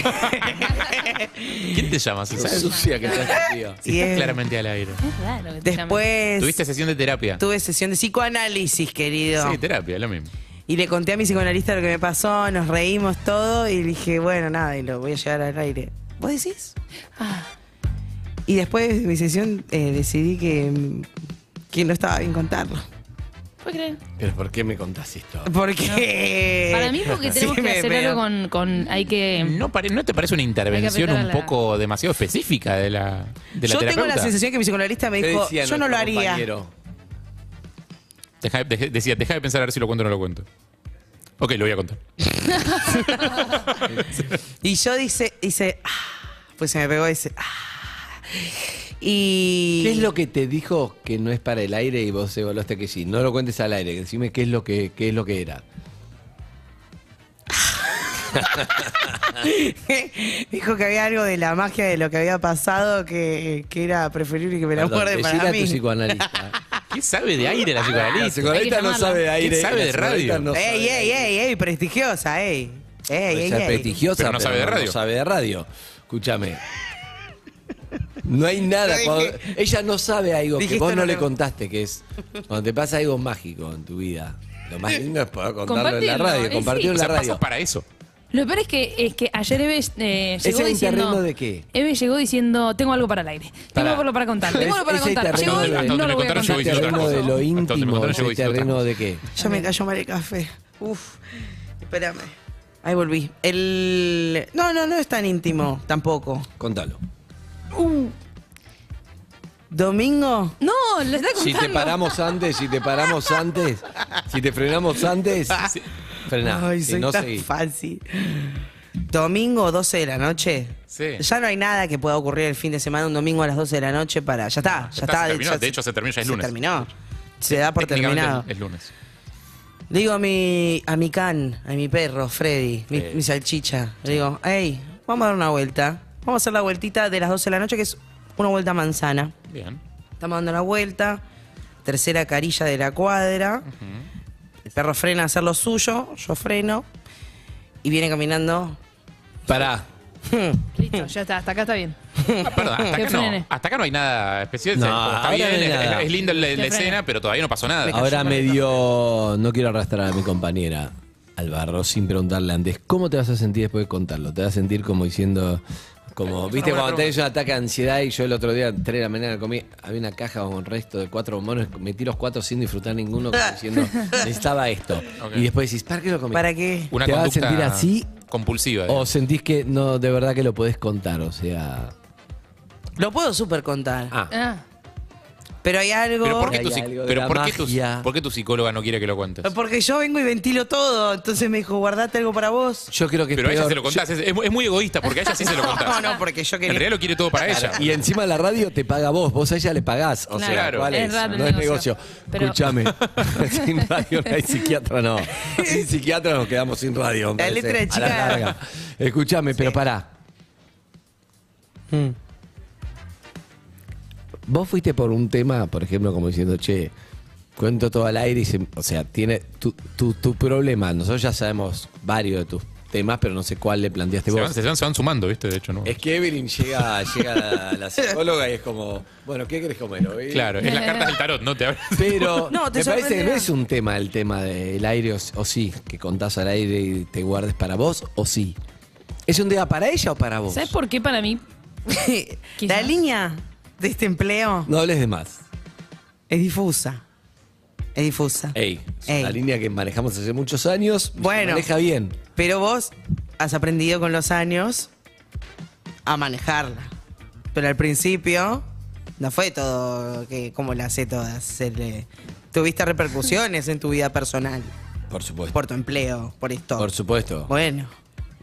<laughs> ¿Quién te llama? Si Sos sabes? sucia que <laughs> estás, tío. Si Bien. estás claramente al aire. Es raro que te Después ¿Tuviste sesión de terapia? tuve sesión de psicoanálisis, querido. Sí, terapia, lo mismo. Y le conté a mi psicoanalista lo que me pasó, nos reímos todo y dije, bueno, nada, y lo voy a llevar al aire. ¿Vos decís? Ah, Y después de mi sesión eh, decidí que, mm, que no estaba bien contarlo. ¿Puedes creer? Pero ¿por qué me contás esto? Porque... Para mí <laughs> porque Sí, tenemos que me- hacer me- algo con, con- Hay que... ¿No, pare- ¿No te parece una intervención apretar a un la- poco demasiado específica de la, de la yo tengo <laughs> terapeuta? la sensación que mi psicoanalista me ¿Qué dijo, decía yo no nuestro lo haría. compañero? Deja- deje- decía, deja de pensar a ver si lo cuento o no lo cuento. Ok, lo voy a contar. Y yo dice, dice, "Ah", pues se me pegó ese. "Ah". Y... ¿Qué es lo que te dijo que no es para el aire y vos evaluaste que sí? No lo cuentes al aire, decime qué es lo que, qué es lo que era. <laughs> Dijo que había algo de la magia de lo que había pasado que, que era preferible que me la Perdón, guarde decile para a mí. tu psicoanalista. ¿Qué sabe de aire la psicoanalista? La psicoanalista no sabe de aire. ¿Qué sabe la de psicoanalista radio? no sabe ey, de ey, ey, ey, prestigiosa, ey. Ey, ey, Ella es ey. prestigiosa, Pero no sabe de radio. No sabe de radio. Escúchame. No hay nada. Yo dije- cuando- ella no sabe algo Dije, que vos esto no, no le lo- contaste, que es cuando te pasa algo mágico en tu vida. Lo más lindo es poder contarlo en la Compartirlo, radio, eh, compartirlo en sí. la O sea, radio. pasa para eso. Lo peor es que, es que ayer Eve eh, ¿Ese llegó era diciendo... interreno de qué? Eve llegó diciendo, tengo algo para el aire. Tengo Pará. algo para <laughs> contar. Es- Tengo algo para ese contar. terreno Llegó de- y no lo voy a contar. Ese terreno de lo íntimo, contaron, ese llegó y hizo otra terreno de qué. Ya me cayó mal el café. Uf, espérame. Ahí volví. El... No, no, no es tan íntimo tampoco. Contalo. ¿Domingo? No, le está Si te paramos antes, si te paramos antes, si te frenamos antes, frená. Ay, si soy no tan seguí. fácil. Domingo 12 de la noche. Sí. Ya no hay nada que pueda ocurrir el fin de semana, un domingo a las 12 de la noche para. Ya está, ya, Ya está. se terminó. ya de hecho, se terminó, ya es se lunes. terminó. Se da por Técnicamente terminado. Es lunes. Le digo a mi, a mi can, a mi perro, Freddy, mi, mi salchicha. Le digo, hey, vamos a dar una vuelta. Vamos a hacer la vueltita de las 12 de la noche, que es una vuelta a manzana. Bien. Estamos dando la vuelta. Tercera carilla de la cuadra. El perro frena a hacer lo suyo. Yo freno. Y viene caminando. Pará. Listo, ya está. Hasta acá está bien. <laughs> Ah, Perdón, hasta Que acá, no, frene. hasta acá no hay nada especial. No, Está ahora bien, no hay es- nada. es, es linda la, la Que frene. escena, pero todavía no pasó nada. Ahora me dio. No quiero arrastrar a mi compañera al barro sin preguntarle antes. ¿Cómo te vas a sentir después de contarlo? ¿Te vas a sentir como diciendo.? Como, viste, buena cuando tenés un ataque de ansiedad y yo el otro día, 3 de la mañana, comí, había una caja con resto de cuatro bombones, metí los cuatro sin disfrutar ninguno, <laughs> como diciendo, necesitaba esto. Y después decís, ¿para qué lo comí? ¿Para qué? Una ¿Te vas a conducta sentir así? Compulsiva. ¿O sentís que no, de verdad que lo podés contar? O sea. Lo puedo súper contar. Ah. Pero hay algo. Pero ¿por qué, tu, Hay psic- algo de pero la ¿por qué tu- por qué tu psicóloga no quiere que lo cuentes? Porque yo vengo y ventilo todo. Entonces me dijo, guardate algo para vos. Yo creo que Pero a ella peor. se lo contás. Es, es mu- es muy egoísta porque a ella <laughs> sí se lo contás. No, no, porque yo En quería. realidad lo quiere todo para ella. Y encima la radio te paga vos, vos a ella le pagás. O Claro. sea, Claro. ¿cuál Es es? raro el no es negocio. negocio. Pero- <laughs> Escúchame, sin radio no hay psiquiatra, no. Sin psiquiatra nos quedamos sin radio. me La parece, letra de a la chica. larga. Escúchame, pero pará. Mm. Vos fuiste por un tema, por ejemplo, como diciendo, che, cuento todo al aire y se- o sea, tiene tu, tu, tu problema. Nosotros ya sabemos varios de tus temas, pero no sé cuál le planteaste Se vos. van, se van- se van sumando, ¿viste? De hecho, ¿no? Es que Evelyn llega, llega a la, la psicóloga y es como, bueno, ¿qué querés comer hoy? Claro, es las cartas del tarot, no te abres. Pero No, te me parece que no sorprenderá. es un tema el tema del aire, o, o sí, que contás al aire y te guardes para vos, o sí. ¿Es un tema para ella o para vos? ¿Sabes por qué para mí? La línea de este empleo No hables de más. es difusa. Es difusa. Ey, es una línea que manejamos hace muchos años. Bueno. se maneja bien. Pero vos has aprendido con los años a manejarla. Pero al principio no fue todo que como la sé todas. Se le- tuviste repercusiones en tu vida personal. Por supuesto. Por tu empleo, por esto. Por supuesto. Bueno.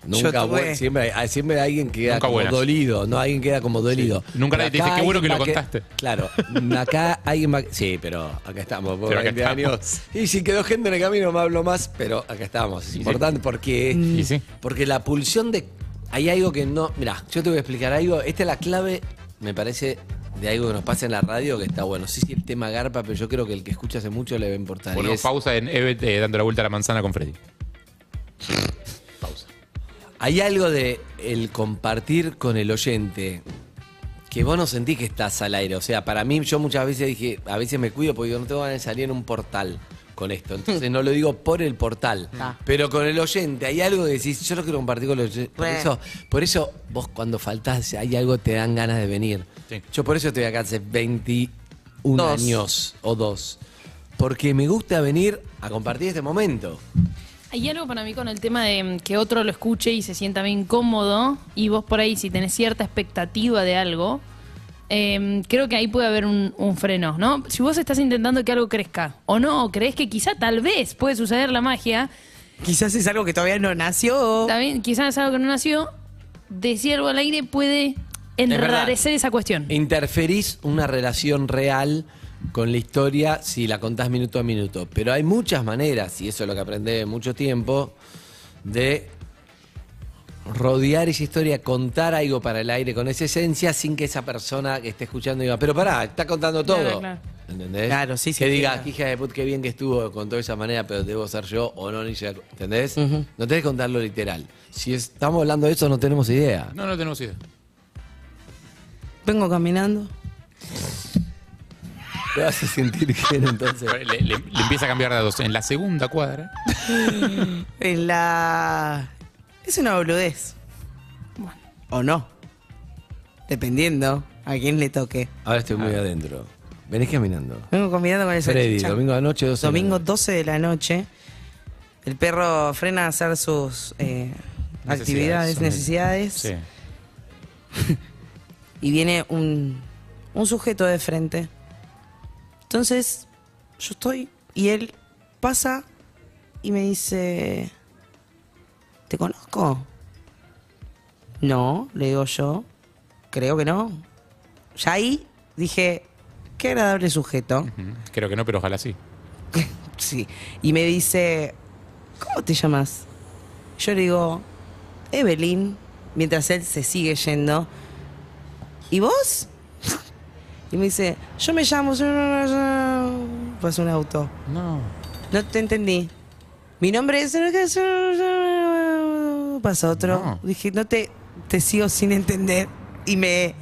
yo Nunca tuve- buen- siempre, hay- siempre alguien queda Nunca como buenas. dolido, no alguien queda como dolido. Sí. Nunca nadie te dice, Acá "Qué bueno alguien que lo va contaste". claro, Mm, acá alguien va Sí, pero acá estamos, por Pero acá 20 años. Y si quedó gente en el camino, me hablo más, pero acá estamos. Es importante porque, porque la pulsión de. Hay algo que no. Mirá, yo te voy a explicar algo. Esta es la clave, me parece, de algo que nos pasa en la radio que está bueno. Sí, sí, el tema garpa, pero yo creo que el que escucha hace mucho le va a importar. y Ponemos es- pausa en Eve eh, dando la vuelta a la manzana con Freddy. Hay algo de el compartir con el oyente que vos no sentís que estás al aire. O sea, para mí, yo muchas veces dije, a veces me cuido porque digo, no tengo ganas de salir en un portal con esto. Entonces no lo digo por el portal. <laughs> Ah. Pero con el oyente, hay algo que decís, yo lo quiero compartir con el oyente. Por Bueno. eso, por eso vos cuando faltás, hay algo que te dan ganas de venir. Yo por eso estoy acá hace 21 Dos. años o dos. Porque me gusta venir a compartir este momento. Hay algo para mí con el tema de mm, que otro lo escuche y se sienta bien cómodo y vos por ahí si tenés cierta expectativa de algo, eh, creo que ahí puede haber un, un freno, ¿no? Si vos estás intentando que algo crezca o no, o crees que quizá tal vez puede suceder la magia, Quizás es algo que todavía no nació. también quizás es algo que no nació, decir algo al aire puede verdad. enrarecer esa cuestión. Interferís una relación real con la historia si la contás minuto a minuto. Pero hay muchas maneras, y eso es lo que aprendí de mucho tiempo, de rodear esa historia, contar algo para el aire con esa esencia sin que esa persona que esté escuchando diga, pero pará, está contando todo. Claro, claro. ¿Entendés? Claro, sí, sí, Que diga, claro. hija de put, qué bien que estuvo, contó de esa manera, pero debo ser yo o no, ni siquiera- ¿entendés? No tenés que contarlo literal. Si estamos hablando de eso, no tenemos idea. No, no tenemos idea. Vengo caminando. Te vas a sentir bien entonces. Le, le- le empieza a cambiar de dos. En la segunda cuadra. En la. Es una boludez. O no. Dependiendo a quién le toque. Ahora estoy Ah. muy adentro. Venís caminando. Vengo combinando con el Freddy, salchichán. domingo de la noche, 12 de la Domingo 12 de la noche. El perro frena a hacer sus eh, Necesidades. actividades, necesidades. Sí. <laughs> Y viene un, un sujeto de frente. Entonces, yo estoy y él pasa y me dice, ¿te conozco? No, le digo yo, creo que no. Ya ahí dije, qué agradable sujeto. Creo que no, pero ojalá sí. Sí. Y me dice, ¿cómo te llamas? Yo le digo, Evelyn, mientras él se sigue yendo. ¿Y vos? <laughs> Y me dice, yo me llamo... Pasó un auto. No. No te entendí. Mi nombre es... Pasa otro. Dije, no te, te sigo sin entender. Y me...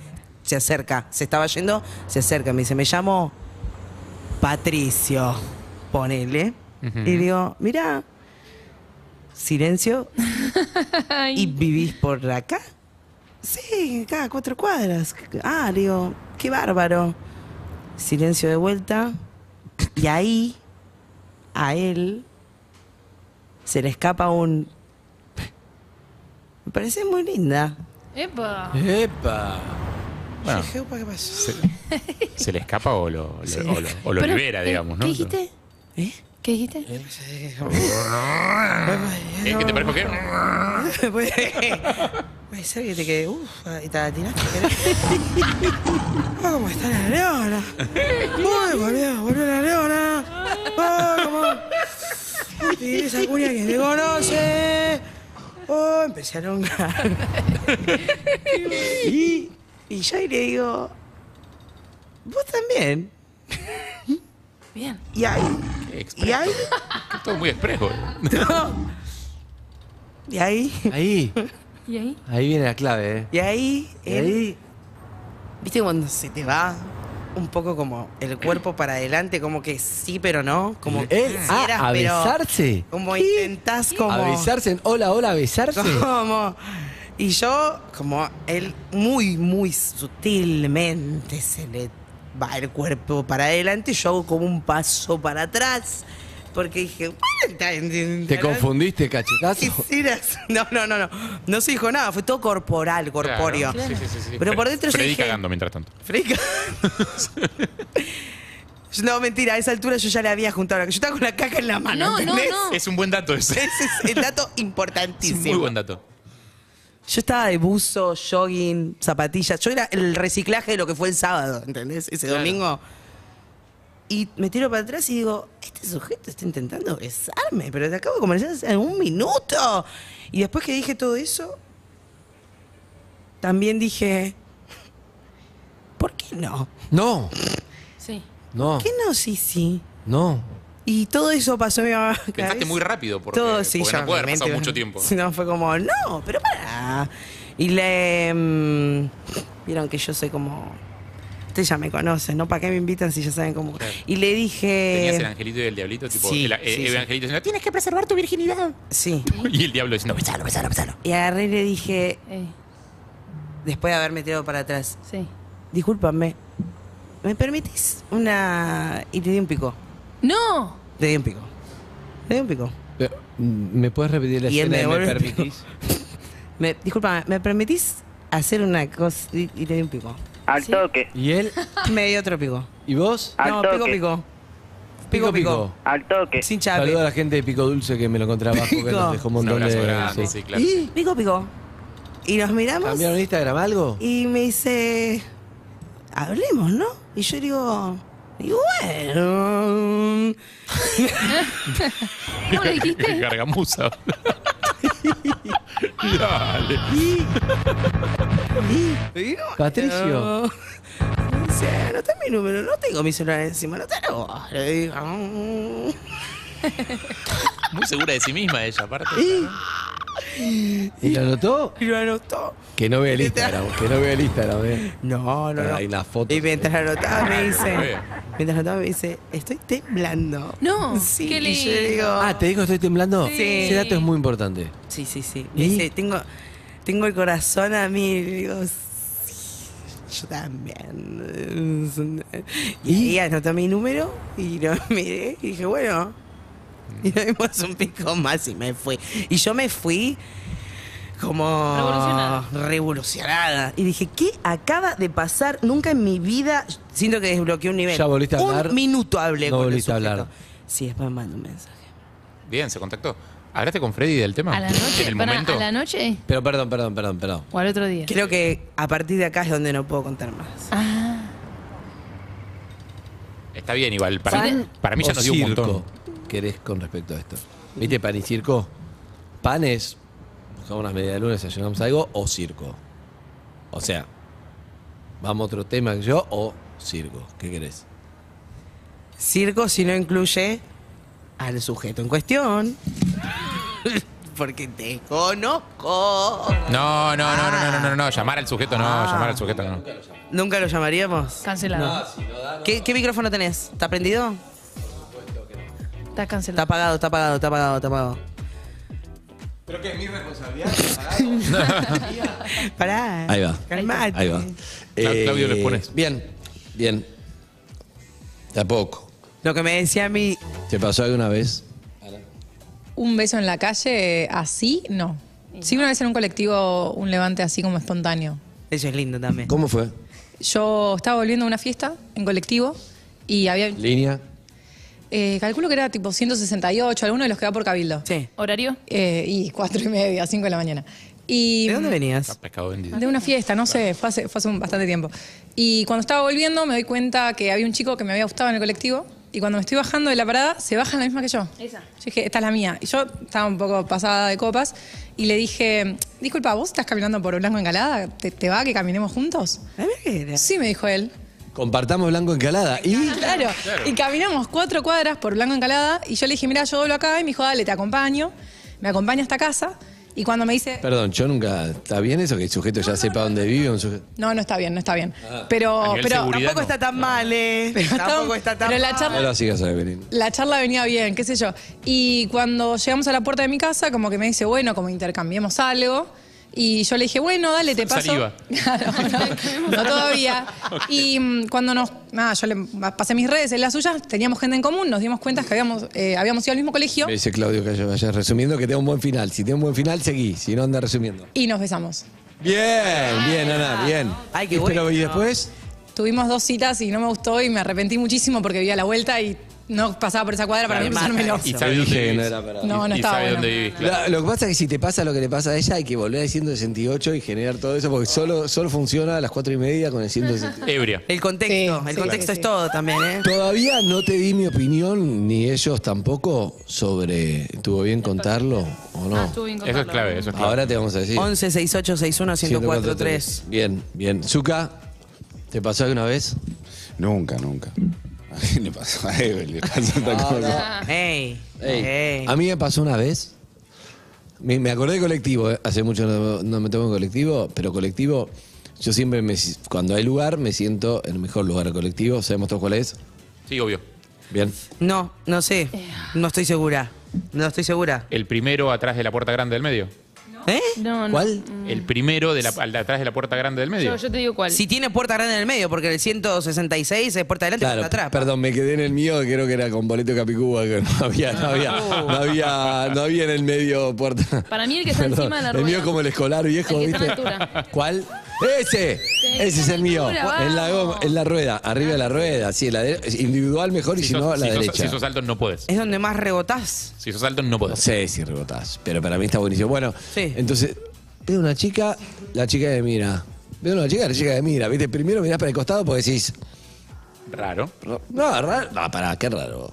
Se acerca. Se estaba yendo, se acerca. Me dice, me llamo Patricio. Ponele. Ujú. Y digo, mira, silencio. ¿Y vivís por acá? Sí, acá, cuatro cuadras. Ah, le digo, qué bárbaro. Silencio de vuelta. Y ahí, a él, se le escapa un... Me parece muy linda. ¡Epa! ¡Epa! Bueno, Dije, "Upa, ¿qué pasó? se, se le escapa o lo, lo- Sí. o lo- o lo Pero, libera, eh, digamos, ¿no? ¿Qué dijiste? ¿Eh? ¿Qué dijiste? Eh, ¿Qué te parece que? Puede ser que te quede... Uf, y te la tiraste. Ah, ¿Cómo está la leona? Uy, volvió, volvió la leona. Ah, cómo... Tiene esa cuña que te conoce. Oh, empecé a longar. Y, y yo ahí le digo, vos también. Bien. Y ahí, y ahí, Todo muy expreso. <laughs> y ahí, Ahí, ¿Y ahí? ahí viene la clave, ¿eh? y ahí, Y él- ahí- ¿Viste cuando se te va un poco como el cuerpo para adelante, como que sí, pero no? Como ¿Él? Ah, quisieras, ¿a pero besarse? Como intentás como... ¿A besarse? en Hola, hola, ¿a besarse. Como... Y yo, como él muy, muy sutilmente se le va el cuerpo para adelante, yo hago como un paso para atrás, porque dije... ¿Te confundiste, cachetazo? Quisieras- <laughs> No, no, no, no. No se dijo nada, fue todo corporal, corpóreo. Claro. Sí, sí, sí, sí. Pero por Fre- dentro yo Freddy dije, cagando mientras tanto. Frica. <laughs> no, mentira, a esa altura yo ya le había juntado la Yo estaba con la caca en la mano. No, no, ¿entendés? no. Es un buen dato ese. <laughs> Ese es el dato importantísimo. Muy buen dato. Yo estaba de buzo, jogging, zapatillas. Yo era el reciclaje de lo que fue el sábado, ¿entendés? Ese domingo. Y me tiro para atrás y digo, este sujeto está intentando besarme, pero te acabo de conversar hace un minuto. Y después que dije todo eso, también dije, ¿por qué no? No, Sí. no, ¿Por qué no? Sí, sí. no. Y todo eso pasó en mi mamá. <laughs> Pensaste muy rápido porque, Todo, sí, porque yo no puede haber pasado obviamente- mucho tiempo. <laughs> No, fue como, no, pero para. Y le. mm, Vieron que yo soy como. Ustedes ya me conocen, ¿no? ¿Para qué me invitan si ya saben cómo? Y le Tenías el dije. angelito y el diablito, tipo, sí, el, eh, sí, el sí. angelito diciendo, Tienes que preservar tu virginidad. Sí. y el diablo diciendo, besalo, besalo, besalo. Y agarré y le dije, Eh, después de haberme tirado para atrás, sí. discúlpame, ¿me permitís una. Y le di un pico. ¡No! Le di un pico. Le di un pico. Pero, mm, ¿Me puedes repetir la Y él escena me de me devuelve el permitís? Me, disculpa, ¿me permitís hacer una cosa? Y, y le di un pico. Al toque. ¿Y él? Me dio otro pico. ¿Y vos? Ah, no, pico, pico. Pico, Ah, pico. Al toque. Sin chape. Saludo a la gente de Pico Dulce que me lo encontré abajo, que Pico. nos dejó un montón Un abrazo de... grande, sí, claro. Y pico, pico. Y nos miramos ¿Cambiaron Instagram algo? y me dice, hablemos, ¿no? Y yo digo, y bueno. ¿Cómo le dijiste? Gargamusa. Dale. Patricio. Me dice, anotá mi número, no tengo mi celular encima, anotalo vos. Le digo, "Mm". Muy segura de sí misma ella, aparte. ¿Y lo anotó? Y lo anotó. Que no vea el Instagram, que no vea el Instagram, ¿eh? No, no, no. Hay las fotos. Y mientras anotaba me dice, Mientras cantaba me dice, estoy temblando. No, sí, Oh, qué y yo le lindo. digo, Ah, ¿te dijo estoy temblando? Sí. Ese dato es muy importante. Sí, sí, sí. Me dice, tengo, tengo el corazón a mí. Y digo, "Sí, yo también. Y, ella anotó mi número y lo <laughs> miré y dije, bueno. Y dimos un pico más y me fui. Y yo me fui como Revolucionada. revolucionada. Y dije, ¿qué acaba de pasar? Nunca en mi vida siento que desbloqueé un nivel. ¿Ya volviste a hablar? Un minuto hablé No con el volviste a sujeto. hablar. Sí, después me mandó un mensaje. Bien, se contactó. ¿Hablaste con Freddy del tema? A la noche, ¿En el pará, momento? a la noche Pero perdón, perdón, perdón, perdón. o al otro día. Creo que a partir de acá es donde no puedo contar más. Ah, Está bien, igual. Para, Pan para mí ya O nos dio un circo, montón. ¿Querés con respecto a esto? ¿Viste pan y circo? Pan es, buscamos unas medialunas, desayunamos algo, o circo. O sea, vamos a otro tema que yo, o circo. ¿Qué querés? Circo si no incluye al sujeto en cuestión. Porque te conozco. No, no, no, no, no, no, no, no. Llamar al sujeto no, llamar al sujeto no. ¿Nunca lo llamaríamos? Cancelado. ¿Qué, qué micrófono tenés? ¿Está prendido? está Está cancelado. apagado, está apagado, está apagado, está apagado. ¿Pero qué? ¿Mi responsabilidad? <laughs> Pará. Ahí va. Calmate. Ahí va. Cla- Claudio, les les pones. Bien, bien. Tampoco. Lo que me decía a mí. ¿Te pasó alguna vez? Un beso en la calle así, no. Sí, una vez en un colectivo, un levante así como espontáneo. Eso es lindo también. ¿Cómo fue? Yo estaba volviendo a una fiesta en colectivo y había. ¿Línea? eh, calculo que era tipo 168, alguno de los que va por Cabildo. Eh, Sí. ¿Horario? y cuatro y media, cinco de la mañana. Y, ¿De dónde venías? Pescado vendido. De una fiesta, no sé, fue hace, fue hace un- bastante tiempo. Y cuando estaba volviendo me doy cuenta que había un chico que me había gustado en el colectivo y cuando me estoy bajando de la parada se baja la misma que yo. Esa. Yo dije, esta es la mía. Y yo estaba un poco pasada de copas y le dije, disculpa, ¿vos estás caminando por Blanco Encalada? ¿Te, te va que caminemos juntos? Sí, me dijo él. Compartamos Blanco Encalada. ¿Y? <laughs> Claro. Y caminamos cuatro cuadras por Blanco Encalada y yo le dije, mira, yo doblo acá y me dijo, dale, te acompaño. Me acompaña hasta casa y cuando me dice, Perdón, yo nunca. ¿Está bien eso que el sujeto ya sepa dónde vive? Un sujeto... no, no está bien, no está bien. Ah. A Pero, nivel pero seguridad, Tampoco no. está tan mal, ¿eh? Tampoco está tan pero la charla, Ahora sigas a Evelyn. la charla venía bien, qué sé yo. <laughs> Y cuando llegamos a la puerta de mi casa, como que me dice, bueno, como intercambiemos algo. Y yo le dije, bueno, dale, te paso. Saliva. No todavía. Y mm, cuando nos. Nada, yo le pasé mis redes en las suyas, teníamos gente en común, nos dimos cuenta que habíamos, eh, habíamos ido al mismo colegio Me dice Claudio que yo vaya resumiendo que tenga un buen final. Si tiene un buen final, seguí. Si no, anda resumiendo. y nos besamos. Bien, bien, Ana, bien. Ay, qué Y pero, bueno. ¿Y después? Tuvimos dos citas y no me gustó y me arrepentí muchísimo porque vivía a la vuelta y no pasaba por esa cuadra para mí cruzármelo. Y sabe dónde vivís. no era para- No, no estaba bueno. La- Lo que pasa es que si te pasa lo que le pasa a ella, hay que volver al 168 y generar todo eso, porque solo, solo funciona a las 4 y media con el 168. Ebria. El contexto, el sí, contexto sí. es todo también, ¿eh? Todavía no te di mi opinión, ni ellos tampoco, sobre. ¿Estuvo bien contarlo o no? Ah, estuvo bien contarlo. Eso es clave, eso es clave. Ahora te vamos a decir. 11 68 61 1043. Bien, bien. Zuka, ¿te pasó alguna vez? Nunca, nunca. <laughs> le pasó a Evelyn, <laughs> le pasó otra cosa. Ey, Ey, ey. A mí me pasó una vez. Me, me acordé de colectivo. eh. Hace mucho no, no me tomo en colectivo, pero colectivo. Yo siempre, me, si- cuando hay lugar, me siento en el mejor lugar colectivo. ¿Sabemos todos cuál es? Sí, obvio. Bien. No, no sé. No estoy segura. No estoy segura. El primero atrás de la puerta grande del medio. ¿Eh? No, no. El primero de la, al de atrás de la puerta grande del medio. Yo te digo cuál. Si tiene puerta grande en el medio, porque el 166 es puerta adelante y Claro, puerta atrás. perdón, me quedé en el mío, que creo que era con boleto Capicúa, que no había, no había, Ah, no había, no había en el medio puerta. Para mí el que <laughs> está Perdón, encima de la El mío es rueda. como el escolar viejo, El que está ¿viste? en altura. ¿Cuál? ¡Ese! Ese es el mío. altura, En la, goma- en la rueda, arriba de Ah. la rueda, sí, la de- individual mejor y si no, la si sos- derecha. si sos alto no puedes. Es donde más rebotás. Si sos alto no No podés. sé si rebotás, pero para mí está buenísimo. Bueno, entonces, veo una chica, la chica de mira. Veo una chica, la chica de mira. ¿Viste? Primero mirás para el costado porque decís. Raro. No, raro. No, pará, qué raro.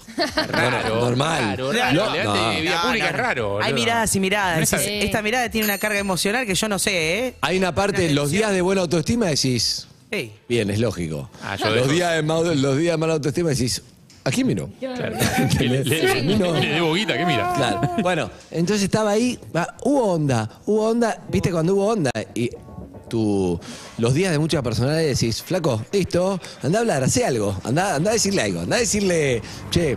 Raro. normal. Raro, raro. No, Levante no. de vida pública Ah, es raro. boludo. Hay miradas y No miradas. es Decís, así. Esta mirada tiene una carga emocional que yo no sé, ¿eh? Hay una parte, los días de buena autoestima decís. Ey. Bien, es lógico. Ah, yo los, dejo. días de mal, los días de mala autoestima decís. ¿A quién miró? <laughs> Le, le- Sí. No. le debo guita, ¿qué mira? Claro. Bueno, entonces estaba ahí, va, hubo onda, hubo onda, viste cuando hubo onda y tu, los días de muchas personalidad y decís, flaco, listo, anda a hablar, hace algo, anda, anda a decirle algo, anda a decirle, che,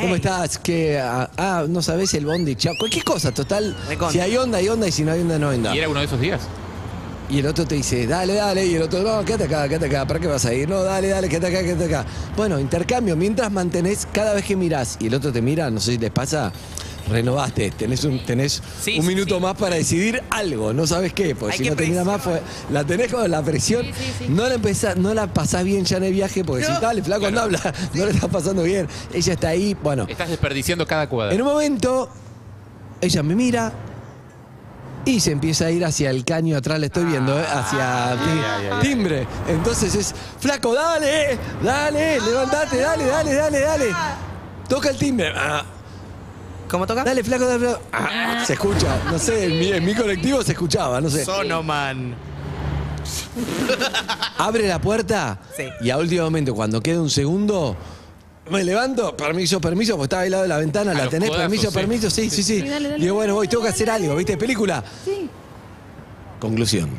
¿cómo estás? Que, ah, ah, no sabés el bondi, chao, cualquier cosa, total. Recontra. Si hay onda, hay onda, y si no hay onda, no hay onda. ¿Y era uno de esos días? Y el otro te dice, dale, dale, y el otro, no, quédate acá, quédate acá, ¿para qué vas a ir? No, dale, dale, quédate acá, quédate acá. Bueno, intercambio, mientras mantenés, cada vez que mirás y el otro te mira, no sé si les pasa, renovaste, tenés un, tenés Sí, un sí, minuto más para decidir algo, no sabes qué, porque Hay si que no te mira más, fue, la tenés con la presión, no la empezás, no la pasás bien ya en el viaje, porque si dale, flaco, no habla, no le estás pasando bien, ella está ahí, bueno. Estás desperdiciando cada cuadra. En un momento, ella me mira y se empieza a ir hacia el caño atrás, le estoy viendo, ¿eh? hacia ti- timbre. Entonces es, flaco, dale, dale, levantate, dale, dale, dale, dale. Toca el timbre. Ah. ¿Cómo toca? Dale, flaco, dale, flaco. Ah, se escucha, no sé, en mi, en mi colectivo se escuchaba, no sé. Sonoman. <laughs> Abre la puerta y a último momento, cuando queda un segundo, me levanto, permiso, permiso, porque estaba al lado de la ventana, la los tenés, codazos, permiso, sí. permiso, sí, sí, sí. Sí, dale, dale, Digo, bueno, voy, tengo que hacer algo, ¿viste? Película. Conclusión.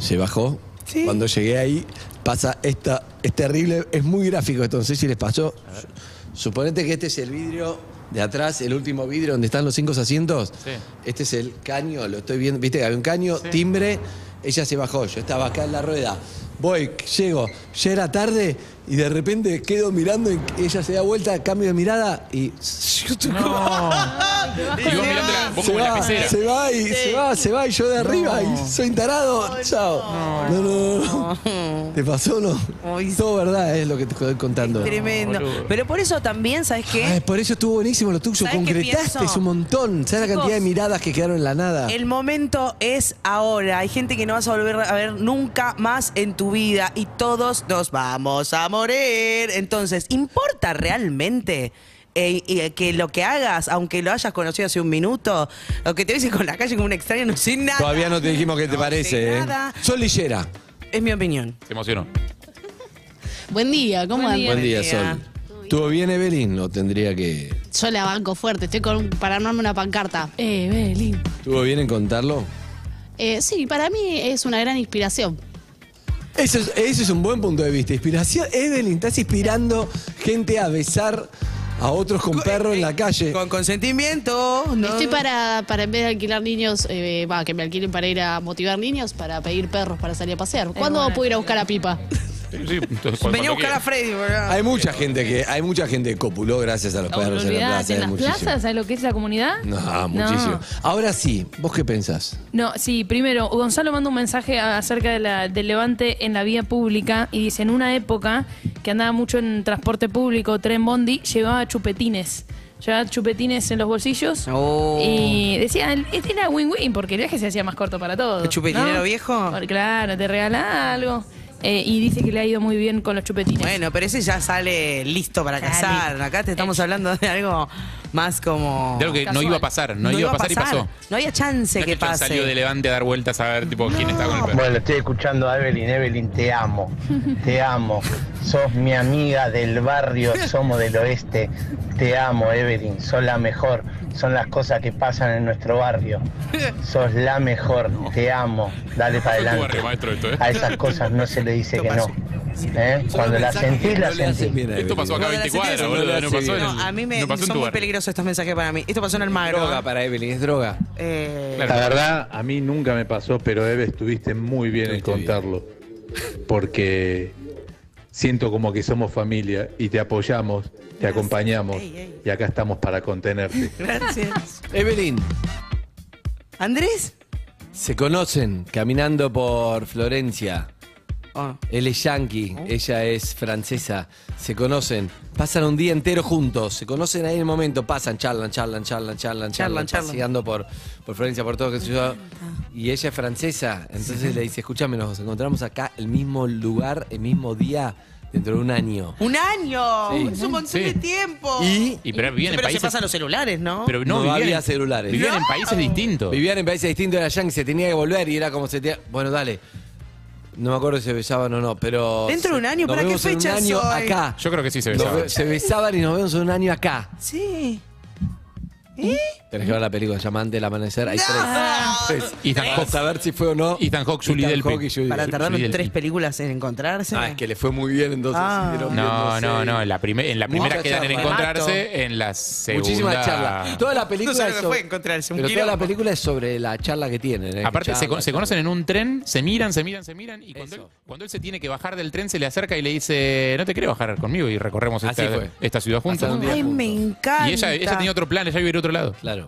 Se bajó. Cuando llegué ahí, pasa esta. Es terrible, es muy gráfico esto. No sé si les pasó. Suponete que este es el vidrio de atrás, el último vidrio donde están los cinco asientos. Este es el caño, lo estoy viendo. Viste, había un caño, timbre. Ella se bajó, yo estaba acá en la rueda. Voy, llego, ya era tarde y de repente quedo mirando, y ella se da vuelta, cambio de mirada y. <laughs> Y vos mirando la, vos Se como la va, pecera. se va y se va, se va y yo de arriba y soy tarado. Chao. No, no, no. ¿Te pasó o no? Todo verdad es lo que te estoy contando. Tremendo. Pero por eso también, ¿sabes qué? Ay, por eso estuvo buenísimo lo tuyo. ¿Sabes qué Concretaste pienso? un montón. ¿Sabes la Chicos, cantidad de miradas que quedaron en la nada? El momento es ahora. Hay gente que no vas a volver a ver nunca más en tu vida y todos nos vamos a morir. Entonces, ¿importa realmente? eh, eh, que lo que hagas, aunque lo hayas conocido hace un minuto, o que te ves con la calle como un extraño, no sé nada. Todavía no te dijimos qué te parece, ¿eh? nada. Sol Lillera. Es mi opinión. Se emocionó. Buen día, ¿cómo andan? Buen día, Sol. ¿Estuvo bien, Evelyn? No tendría que. Yo la banco fuerte, estoy con, para armarme una pancarta. Eh, Belín. ¿Estuvo bien en contarlo? Eh, sí, para mí es una gran inspiración. Eso es, eso es un buen punto de vista. Inspiración. Evelyn, estás inspirando gente a besar a otros con perros en la calle. eh, Con consentimiento. No. Estoy para, para en vez de alquilar niños, eh, va, que me alquilen para ir a motivar niños, para pedir perros para salir a pasear. ¿Cuándo puedo ir a buscar a Pipa? Venía a buscar a Freddy, ¿verdad? Hay mucha gente que hay mucha gente que copuló gracias a los perros en la plaza. en es las muchísimo. plazas, ¿sabes lo que es la comunidad? No, muchísimo. Ahora sí, ¿vos qué pensás? No, sí, primero, Gonzalo manda un mensaje a- acerca de la- del levante en la vía pública y dice, en una época que andaba mucho en transporte público, tren bondi, llevaba chupetines. Llevaba chupetines en los bolsillos Oh. y decía, este era win-win porque el viaje se hacía más corto para todos. ¿El chupetinero ¿no? viejo? Por- Claro, te regala algo. Eh, y dice que le ha ido muy bien con los chupetines. Bueno, pero ese ya sale listo para casar. Acá te estamos hablando de algo más como. De algo que Eh, no iba a pasar, no iba a pasar y pasó. No había chance No es que que John pase. salió de Levante a dar vueltas a ver tipo quién está con el perro. Bueno, estoy escuchando a Evelyn. Evelyn, te amo. Te amo. Sos mi amiga del barrio. Somos del oeste. Te amo, Evelyn. Sos la mejor. Son las cosas que pasan en nuestro barrio. Sos la mejor. Te amo. Dale para Fue tu adelante. barrio, maestro, esto, ¿eh? A esas cosas no se le dice que no. ¿Eh? Son Cuando los la mensajes sentís, que la no le haces sentís. bien a Esto pasó acá Cuando la 20 cuadras, sentencia- boludo, no pasó en el- No, a mí me no pasó en son tu muy barrio. peligrosos estos mensajes para mí. Esto pasó en el magro. Droga para Evelyn, es droga. La verdad, a mí nunca me pasó, pero Eve, estuviste muy bien en contarlo. Porque siento como que somos familia y te apoyamos, te acompañamos y acá estamos para contenerte. Gracias. Evelyn. ¿Andrés? Se conocen caminando por Florencia. Oh. Él es yanqui, ella es francesa. Se conocen, pasan un día entero juntos. Se conocen ahí en el momento, pasan, charlan, charlan, charlan, charlan, charlan, Charlan, charlan. paseando por, por Florencia, por todo que ciudad. Y ella es francesa, entonces le dice: Escúchame, nos encontramos acá, el mismo lugar, el mismo día, dentro de un año. ¡Un año! Sí. ¡Es un montón Sí. de tiempo! Y, pero se pasan los celulares, ¿no? Pero no, había celulares. Vivían en países distintos. Vivían en países distintos, era yankee, se tenía que volver y era como se te... Bueno, dale. No me acuerdo si se besaban o no, pero... Dentro de un año, nos ¿para qué vemos en fecha un año soy? acá. Yo creo que sí se Nos besaban. ve- se besaban y nos vemos en un año acá. Sí. ¿Eh? Tenés que ver la película Llamante, El Amanecer. Hay tres. tres. Ethan Para Hawke. saber si fue o no. Ethan Hawke, Julie Ethan Delpy. Hawke y Julie Para Delpy. tardaron Julie tres Delpy. películas en encontrarse. Ah, es que le fue muy bien entonces. Ah. siguieron No, viéndose. no, no. En la, prime- en la Mucha primera quedan en charla. encontrarse, en la segunda. Muchísima charla. Toda la No sé película lo es que sobre- fue encontrarse, un pero toda la quilombo. película es sobre la charla que tienen. ¿eh? Aparte, Que se, charla, con- se charla. conocen en un tren, se miran, se miran, se miran. Y cuando él, cuando él se tiene que bajar del tren, se le acerca y le dice: No te querés bajar conmigo y recorremos Así esta, fue. esta ciudad juntos. Pasaron días Ay, me encanta. Y ella, ella tenía otro plan, ella iba a ir a otro lado. Claro.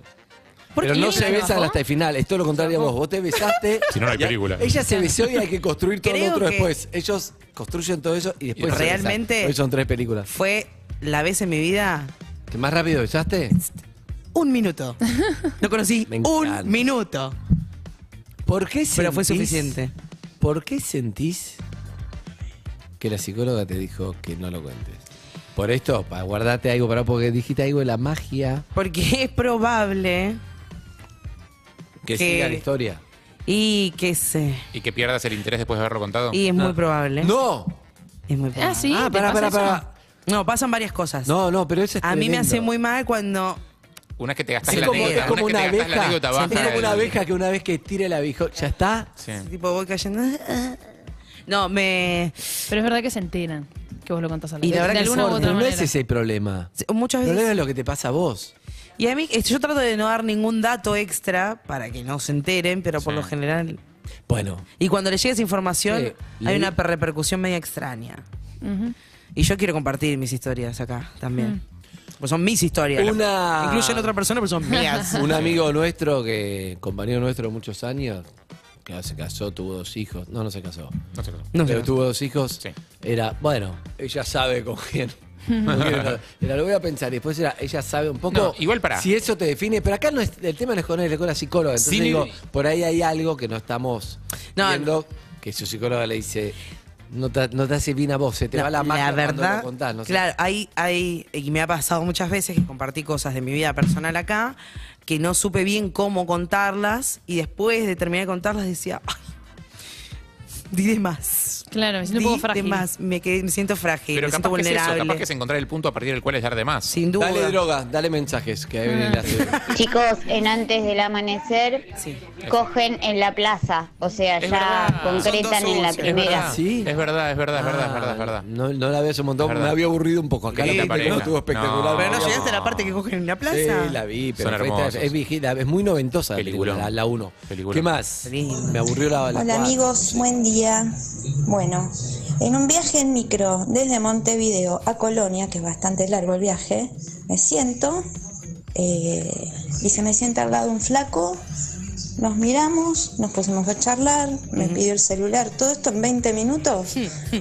¿Por Pero qué no ella se se besan bajó? hasta el final, es todo lo contrario a vos. Vos te besaste. <laughs> Si no, no hay ya- película. Ella se besó y hay que construir todo Creo lo otro que- después. Ellos construyen todo eso y después. se besan. Realmente- Hoy son tres películas. Fue la vez en mi vida, ¿Qué más rápido besaste? un <laughs> minuto. No conocí Me encanta. un minuto. ¿Por qué Pero fue sentís- suficiente. ¿Por qué sentís que la psicóloga te dijo que no lo cuentes? Por esto, para guardarte algo, para porque dijiste algo de la magia Porque es probable que Que- siga la historia. y que sé. Y que pierdas el interés después de haberlo contado. Y es muy Ah. probable. ¡No! Es muy probable. sí, Ah, ¿te pará, pará, pasa eso? pará. No, pasan varias cosas. No, no, pero eso es A mí me tremendo. hace muy mal cuando Una es que te gastas Es la como, anécdota. es como una una es que te gastas la abeja. anécdota Es baja. como una del- abeja que una vez que tira el abijo, ya está. Sí. tipo voy cayendo. No, me Pero es verdad que se enteran que vos lo contás a la Y la de verdad que alguna es u Pero otra no manera. es ese el problema. muchas El problema veces es lo que te pasa a vos. y a mí eh, yo trato de no dar ningún dato extra para que no se enteren, pero por Sí. lo general Bueno, y cuando le llega esa información Sí, hay leí- una per- repercusión media extraña. Ujú. Y yo quiero compartir mis historias acá también. Pues son mis historias. Una- Incluyen a otra persona, pero son <laughs> mías. <laughs> un amigo nuestro que, compañero nuestro de muchos años, que se casó, tuvo dos hijos. No, no se casó. No sé, no. No pero sé. tuvo dos hijos. Era, bueno, ella sabe con <laughs> quién. con quién era. Era, lo voy a pensar. Y después era, ella sabe un poco. No, igual pará. Si eso te define. Pero acá no es, el tema no es con él, es con la psicóloga. Entonces Sin digo, ir- por ahí hay algo que no estamos No, viendo. Que su psicóloga le dice, no te, no te hace bien a vos, se te No, va la magia cuando verdad, lo contás. No sé. Claro, hay, hay, y me ha pasado muchas veces que compartí cosas de mi vida personal acá, que no supe bien cómo contarlas, y después de terminar de contarlas decía, ay, di de más. Claro, me Di siento un poco de frágil. más, me, quedé- me siento frágil, Pero me siento capaz que es eso, vulnerable. capaz que es encontrar el punto a partir del cual es dar de más. Sin duda. Ah. Dale droga, dale mensajes, que ahí viene la <laughs> Chicos, en antes del amanecer cogen en la plaza, o sea, Es ya verdad. concretan en la Es eh. primera. verdad, Es verdad, es verdad, es verdad, es verdad, es verdad. Ah, No, no la ves un montón, Verdad. me había aburrido un poco. Acá Linda la película pareja. Ah. estuvo espectacular. No. Pero no llegaste a la parte que cogen en la plaza. Sí, la vi, pero Son fue- hermosos. es, vigila- es muy noventosa la Peliculón. película, la 1. Peliculón. ¿Qué más? Me aburrió la, la Hola cuatro. amigos, buen día. Bueno, en un viaje en micro desde Montevideo a Colonia, que es bastante largo el viaje, me siento eh, y se me sienta al lado un flaco, nos miramos, nos pusimos a charlar, me pidió el celular, todo esto en 20 minutos.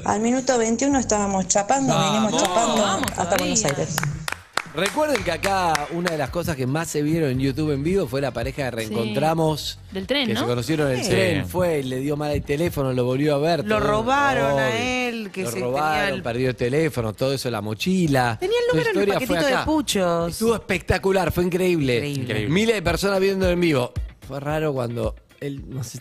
Al minuto 21 estábamos chapando, venimos chapando hasta Buenos Aires. Recuerden que acá una de las cosas que más se vieron en YouTube en vivo fue la pareja de Reencontramos. Del tren, que ¿no? se conocieron en el Sí. tren, fue, le dio mal el teléfono, lo volvió a ver. Lo todo. robaron a Obvio. él, que lo se robaron, tenía el- perdió el teléfono, todo eso, la mochila. Tenía el Toda número en el historia fue paquetito de acá. puchos. Estuvo espectacular, fue increíble. Increíble. Miles de personas viendo en vivo. Fue raro cuando él, no sé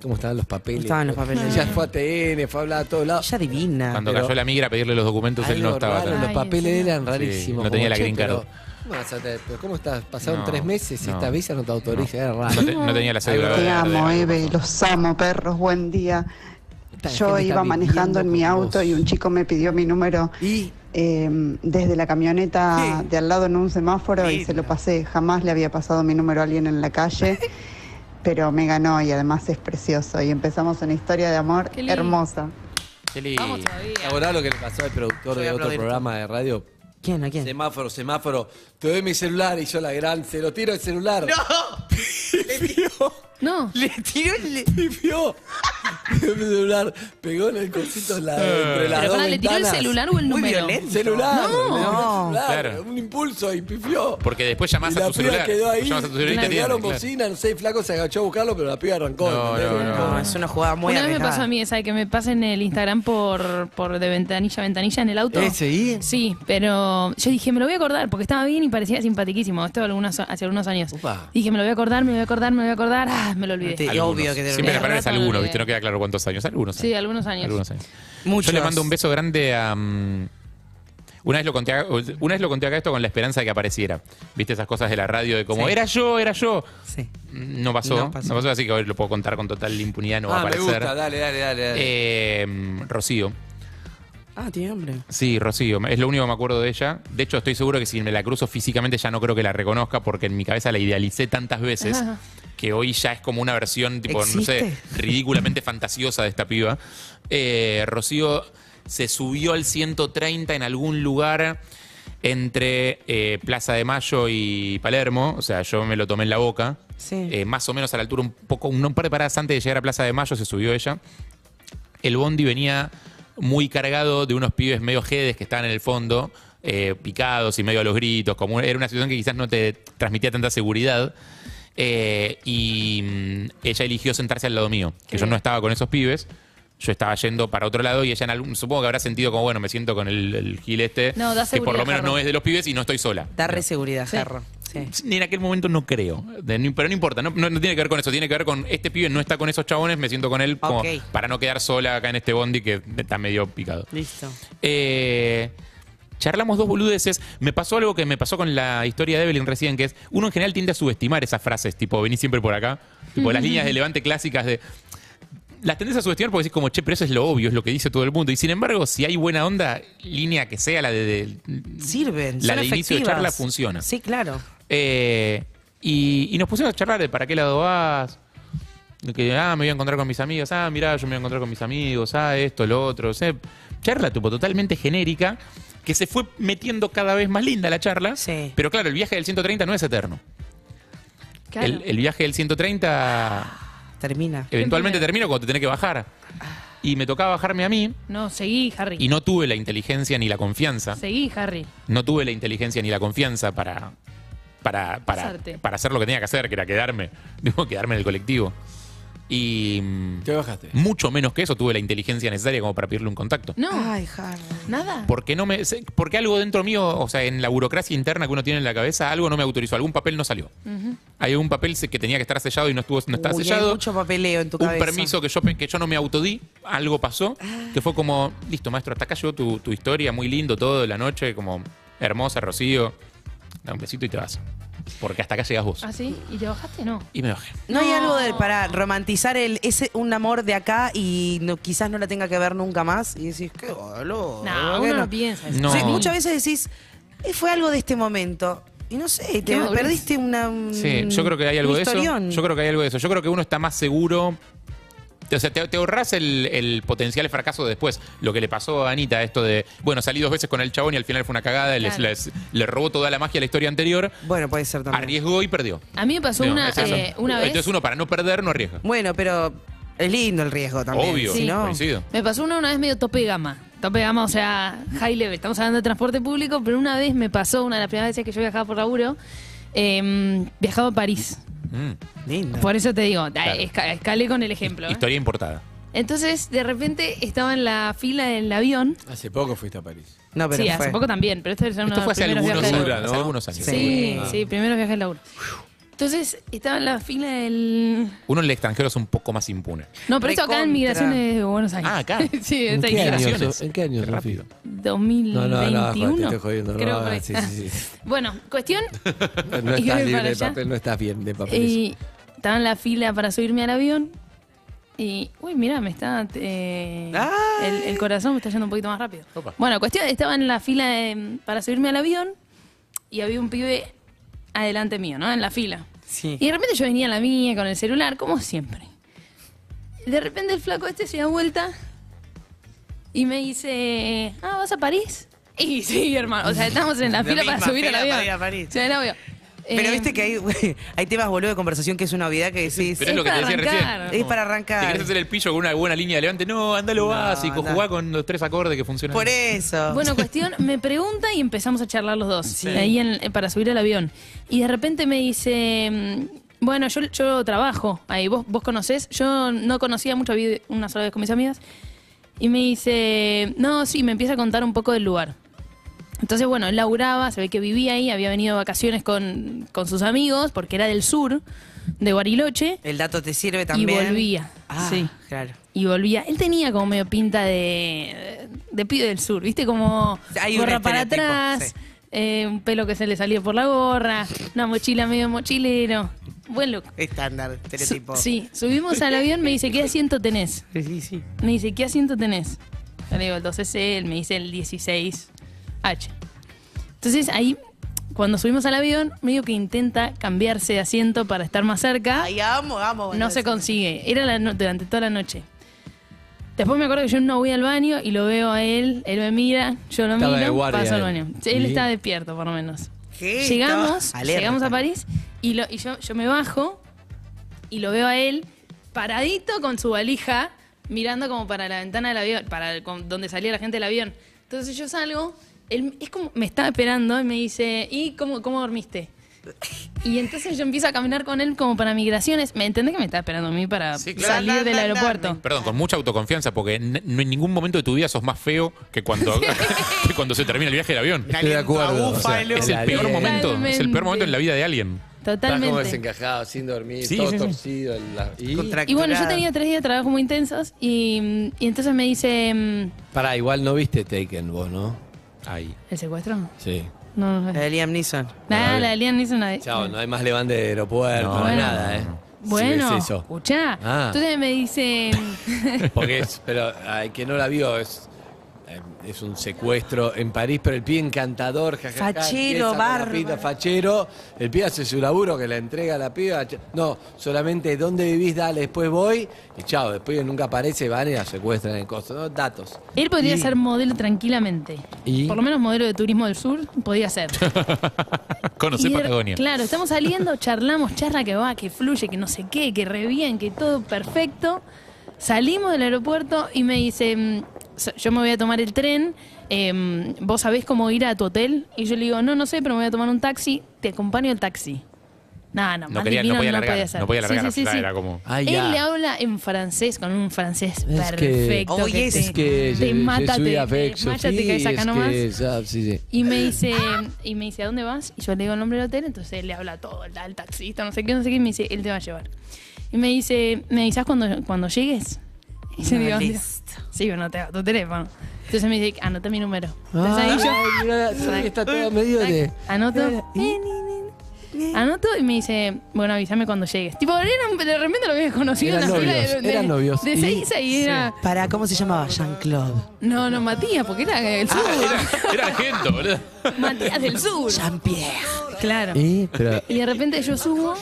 cómo estaban los papeles. Estaban los papeles. Ella fue a TN, fue a hablar a todos lados. Ella divina. Cuando pero- cayó la migra a pedirle los documentos, él no Algo estaba. raro, tan- los papeles eran rarísimos. no tenía como, la "Che, green pero card". ¿Cómo, vas a tener- pero cómo estás? Pasaron No, tres meses y no. esta visa no te autoriza, era raro. No te- no tenía la cédula Algo verde. Te raro. amo, Eve, los amo, perros, buen día. Esta Yo gente está iba manejando en mi viviendo con auto vos. y un chico me pidió mi número eh, desde la camioneta de al lado en un semáforo y se lo pasé. Jamás le había pasado mi número a alguien en la calle, pero me ganó y además es precioso. Y empezamos una historia de amor Qué lindo. hermosa. Vamos Ahora lo que le pasó al productor de otro aplaudir. programa de radio. ¿Quién? ¿A quién? Semáforo, semáforo. Te doy mi celular y yo la gran. Se lo tiro el celular. <laughs> ¡No! No. Le tiró el. Pifió. Tiró mi celular. Pegó en el cosito en la, Eh. entre las Pero dos pará, ¿le tiró el ventanas. celular o el Muy número? violento. Celular. No. le tiró el No. celular, Claro. Un impulso y pifió. Porque después Y llamás la a tu piba celular. quedó ahí. Llamás a tu celular y te le tiraron atienden, claro. bocina, no sé, y flaco se agachó a buscarlo, pero la piba arrancó. No, ¿entendés? no, no. No, es una jugada muy Una vez me arriesgada. pasó a mí esa que me pasen el Instagram por, por de ventanilla a ventanilla en el auto. ¿Ese ahí? Sí, pero yo dije, me lo voy a acordar, porque estaba bien y parecía simpatiquísimo. Esto algunos, hace algunos años. Upa. Dije, me lo voy a acordar, me lo voy a acordar, me lo voy a acordar. Ah, me lo olvidé. Te- Algunos. obvio que te lo Siempre olvidé. la palabra es Rato algunos, olvidé. ¿viste? No queda claro cuántos años. Algunos Sí, algunos años. Algunos años. Muchos. Yo le mando un beso grande a. mm, Una vez, lo conté, a- una vez lo conté acá esto con la esperanza de que apareciera. ¿Viste esas cosas de la radio de como, Sí. era yo, era yo? Sí. No pasó, No no pasó. pasó. así que hoy lo puedo contar con total impunidad, no va a Ah, me aparecer. gusta, dale, dale, dale. dale. Eh, Rocío. Ah, tiene hambre. Sí, Rocío, es lo único que me acuerdo de ella. De hecho, estoy seguro que si me la cruzo físicamente ya no creo que la reconozca porque en mi cabeza la idealicé tantas veces Ajá. que hoy ya es como una versión, tipo, no Ah. ¿Existe? sé, ridículamente fantasiosa de esta piba. Eh, Rocío se subió al 130 en algún lugar entre eh, Plaza de Mayo y Palermo, o sea, yo me lo tomé en la boca. Eh, más o menos a la altura, un poco, un par de paradas antes de llegar a Plaza de Mayo, se subió ella. El Bondi venía muy cargado de unos pibes medio jedes que estaban en el fondo, eh, picados y medio a los gritos. Como era una situación que quizás no te transmitía tanta seguridad. Eh, y mm, ella eligió sentarse al lado mío, que yo no estaba con esos pibes. Yo estaba yendo para otro lado y ella en algún- supongo que habrá sentido como, bueno, me siento con el, el gil este, No, da que por seguridad, lo menos Jarro. no es de los pibes y no estoy sola. Da re seguridad, Jarro. Ni en aquel momento no creo. De- ni- pero no importa, no, no- no tiene que ver con eso, tiene que ver con este pibe no está con esos chabones, me siento con él como Ok. para no quedar sola acá en este bondi que está medio picado. Listo. Eh, charlamos dos boludeces. Me pasó algo que me pasó con la historia de Evelyn recién, que es, uno en general tiende a subestimar esas frases, tipo, vení siempre por acá. Tipo, las líneas de levante clásicas de... Las tendés a subestimar porque decís como, che, pero eso es lo obvio, es lo que dice todo el mundo. Y sin embargo, si hay buena onda, línea que sea, la de... de- Sirven. La son de inicio de efectivas. charla funciona. Sí, claro. Eh, y, y nos pusimos a charlar de para qué lado vas. De que, ah, me voy a encontrar con mis amigos. Ah, mirá, yo me voy a encontrar con mis amigos. Ah, esto, lo otro. O sea, charla tipo totalmente genérica que se fue metiendo cada vez más linda la charla. Pero claro, el viaje del 130 no es eterno. El, el viaje del 130... Termina. Eventualmente Siempre- termina cuando te tenés que bajar. Y me tocaba bajarme a mí No, seguí, Harry. y no tuve la inteligencia ni la confianza Seguí, Harry. no tuve la inteligencia ni la confianza para, para, para, Pasarte. para hacer lo que tenía que hacer, que era quedarme. Digo, quedarme en el colectivo. Y. mm, Te bajaste. Mucho menos que eso tuve la inteligencia necesaria como para pedirle un contacto. No. Ay, Harry. Nada. Porque no me. se- Porque algo dentro mío, o sea, en la burocracia interna que uno tiene en la cabeza, algo no me autorizó. Algún papel no salió. Hay un papel se- que tenía que estar sellado y no estuvo, no está Uy, hay sellado. mucho papeleo en tu Un cabeza. permiso que yo, pe- que yo no me autodí, algo pasó, que fue como, listo, maestro, hasta acá llegó tu, tu historia, muy lindo todo de la noche, como hermosa, Rocío. Da un besito y te vas. Porque hasta acá llegas vos. ¿Ah, sí? ¿Y te bajaste? No. Y me bajé. No, hay algo de, para romantizar el, ese, un amor de acá y no, quizás no la tenga que ver nunca más. Y decís, qué boludo. No, ¿qué uno no piensa eso. No. Sí, muchas veces decís, "Eh, fue algo de este momento. Y no sé, te madurez. perdiste una. un- Mm. Sí, yo creo que hay algo un de eso. historión. Yo creo que hay algo de eso. Yo creo que uno está más seguro. O sea, te, te ahorras el, el potencial fracaso de después. Lo que le pasó a Anita, esto de, bueno, salí dos veces con el chabón y al final fue una cagada, les- Claro. les- le robó toda la magia a la historia anterior. Bueno, puede ser también. Arriesgó y perdió. A mí me pasó No, una, es eso. eh, una vez. Entonces uno para no perder no arriesga. Bueno, pero es lindo el riesgo también. Obvio, si no- coincido. Me pasó una una vez medio tope de gama. Tope de gama, o sea, high level. Estamos hablando de transporte público, pero una vez me pasó, una de las primeras veces que yo viajaba por laburo, eh, viajaba a París. Lindo. Por eso te digo, da- Mm. Claro. esca- escalé con el ejemplo. ¿eh? Historia importada. Entonces, de repente estaba en la fila del avión. Hace poco fuiste a París. Ah, No, sí, hace poco también, pero esto es uno de Esto los fue hace primeros algunos, viajes. años, de laburo. hace algunos años. Sí, Ah. sí, primeros viajes de laburo. Entonces, estaba en la fila del. Uno en el extranjero es un poco más impune. No, pero esto acá en Recontra. Migraciones de Buenos Aires. Ah, acá. <laughs> sí, ¿En está qué ahí. año? Migraciones. so- ¿En qué año, Rafi? No, 2021. no, no, Juan, te estoy jodiendo. Creo no, por ahí. sí, sí, sí. <laughs> Bueno, cuestión. <laughs> No <laughs> estás Y voy para libre de allá. papel, no estás bien de papel. Y estaba en la fila para subirme al avión. Y, uy, mira, me está. eh, el, el corazón me está yendo un poquito más rápido. Bueno, cuestión, estaba en la fila de- para subirme al avión y había un pibe adelante mío, ¿no? En la fila. Sí. Y de repente yo venía a la mía con el celular, como siempre. De repente el flaco este se da vuelta y me dice, ah, ¿vas a París? Y <laughs> sí, hermano, o sea, estamos en la, <laughs> La fila misma para subir al fila avión. para ir a París. Sí, era obvio. Pero Eh, viste que hay, <laughs> hay temas boludo de conversación que es una obviedad que decís. Pero es lo que te decía recién. Es para arrancar. Te querés hacer el pillo con una buena línea de levante. No, anda lo No, básico. andá. Jugá con los tres acordes que funcionan. Por eso. Bueno, cuestión, me pregunta y empezamos a charlar los dos, Sí. ahí en- eh, para subir al avión. Y de repente me dice, mm, bueno, yo, yo trabajo ahí, vos, vos conocés, yo no conocía mucho, vi una sola vez con mis amigas, y me dice, no, sí, me empieza a contar un poco del lugar. Entonces, bueno, él laburaba, se ve que vivía ahí, había venido de vacaciones con, con sus amigos, porque era del sur, de Guariloche, El dato te sirve también. volvía. Ah, Sí. claro. y volvía. Él tenía como medio pinta de, de pibe del sur, ¿viste? Como Hay un gorra para estereotipo, atrás, sí. eh, un pelo que se le salía por la gorra, una mochila medio mochilero. Buen look. Estándar, estereotipo. Sí, subimos al avión, me dice, ¿qué asiento tenés? Sí, sí. Me dice, ¿qué asiento tenés? Yo le digo el 12C, él me dice el 16H. Entonces ahí, cuando subimos al avión, medio que intenta cambiarse de asiento para estar más cerca. Ay, amo, amo. No se consigue. Era la no- durante toda la noche. Después me acuerdo que yo no voy al baño y lo veo a él, él me mira, yo lo Estaba de miro, guardia paso al él. baño. Sí, Él ¿Y? está despierto, por lo menos. ¿Qué? Llegamos, Estaba alerta. llegamos a París y, lo- y yo, yo me bajo y lo veo a él paradito con su valija, mirando como para la ventana del avión, para el- con- donde salía la gente del avión. Entonces yo salgo, él es como, me estaba esperando y me dice, ¿y cómo, cómo dormiste? Y entonces yo empiezo a caminar con él como para migraciones. ¿Me entendés que me estaba esperando a mí para claro. salir del aeropuerto? Perdón, con mucha autoconfianza, porque n- no en ningún momento de tu vida sos más feo que cuando, <laughs> que cuando se termina el viaje del avión. Estoy de acuerdo. O sea, es el peor alien. momento. Es el peor Totalmente. momento en la vida de alguien. Estás como Totalmente. desencajado, sin dormir, Sí, todo sí, sí. torcido. la- y- Y bueno, yo tenía tres días de trabajo muy intensos y, mm, y entonces me dice... mm, Pará, igual no viste Taken vos, ¿no? Ahí. ¿El secuestro? Sí. No, no sé. de Eh, Liam Neeson. Nada, la de Lian hizo una... Eh, Chao, no hay más levante de aeropuerto, no, hay Bueno. nada, ¿eh? Si Bueno, ves eso. escuchá. Ah. Entonces me dice... <laughs> "Mm, Porque es, pero al que no la vio es, eh, es un secuestro en París, pero el pie encantador, jajaja, Fachero, empieza con la bárbaro. pinta, fachero, el pie hace su laburo que la entrega a la piba, ch- no, solamente dónde vivís, dale, después voy, y chao, después nunca aparece, van y la secuestran en costo, ¿no? Datos. Él podría Y- ser modelo tranquilamente. ¿Y? Por lo menos modelo de turismo del sur podía <laughs> ser. Conocé Y de- Patagonia. Claro, estamos saliendo, charlamos, charla que va, que fluye, que no sé qué, que re bien, que todo perfecto. Salimos del aeropuerto y me dice, mm, so- yo me voy a tomar el tren, em, ¿vos sabés cómo ir a tu hotel? Y yo le digo, no, no sé, pero me voy a tomar un taxi, te acompaño el taxi. No, no, No más quería- no divino podía largar, ser. no podía Sí, largar, sí, sí, nada, sí. era como- Ay, Él ya. le habla en francés, con un francés Es que- perfecto. Oh, yes. te- es que te je- je mata, suis te- avec desmayate, Sophie, caes acá es nomás. que, ya, sí, sí. Y me dice, Ah. y me dice, ¿a dónde vas? Y yo le digo el nombre del hotel, entonces él le habla todo, al al taxista, no sé qué, no sé qué, y me dice, él te va a llevar. Y me dice, ¿me avisás cuando, cuando llegues? Y yo No, digo, listo. sí, bueno, te tu teléfono. Entonces me dice, anota mi número. Entonces ahí yo, Ay, mirá, sí, está todo <laughs> medio de... anoto, Eh, anoto y me dice, bueno, avísame cuando llegues. Tipo, eran- de repente lo había conocido Eran en la fila novios, de, de, eran novios. de Y- Seiza y era, Para, ¿cómo se llamaba? Jean-Claude. Ah, no, no, Matías, porque era del sur. Era argento, boludo. Matías del sur. Jean-Pierre. Claro. Y, pero, Y de repente yo subo,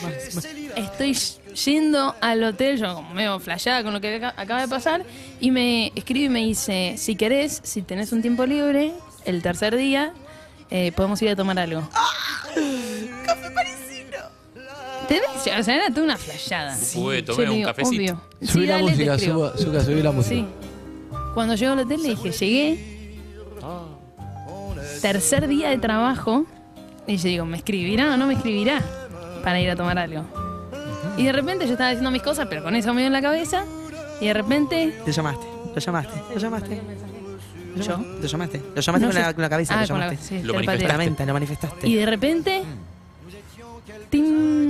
estoy yendo al hotel, yo como medio flasheada con lo que aca- acaba de pasar, y me escribe y me dice, si querés, si tenés un tiempo libre, el tercer día, eh, podemos ir a tomar algo. ¿Te ves? O sea, era toda una flasheada. Pude, tomé Yo le un digo, cafecito. obvio. subí Sí, la dale, te música, escribo. suba, Zucca, subí la música. Sí. Cuando llego al hotel le dije, llegué. Tercer día de trabajo. Y yo digo, ¿me escribirá o no me escribirá? Para ir a tomar algo. Y de repente yo estaba haciendo mis cosas, pero con eso medio en la cabeza. Y de repente. Te llamaste, lo llamaste, lo llamaste. Yo. Lo llamaste. Lo llamaste No con, la, sé. con la cabeza. Ah, lo con la- llamaste. sí, Lo telepatía. manifestaste. Lamenta, lo manifestaste. Y de repente. ¡Ting!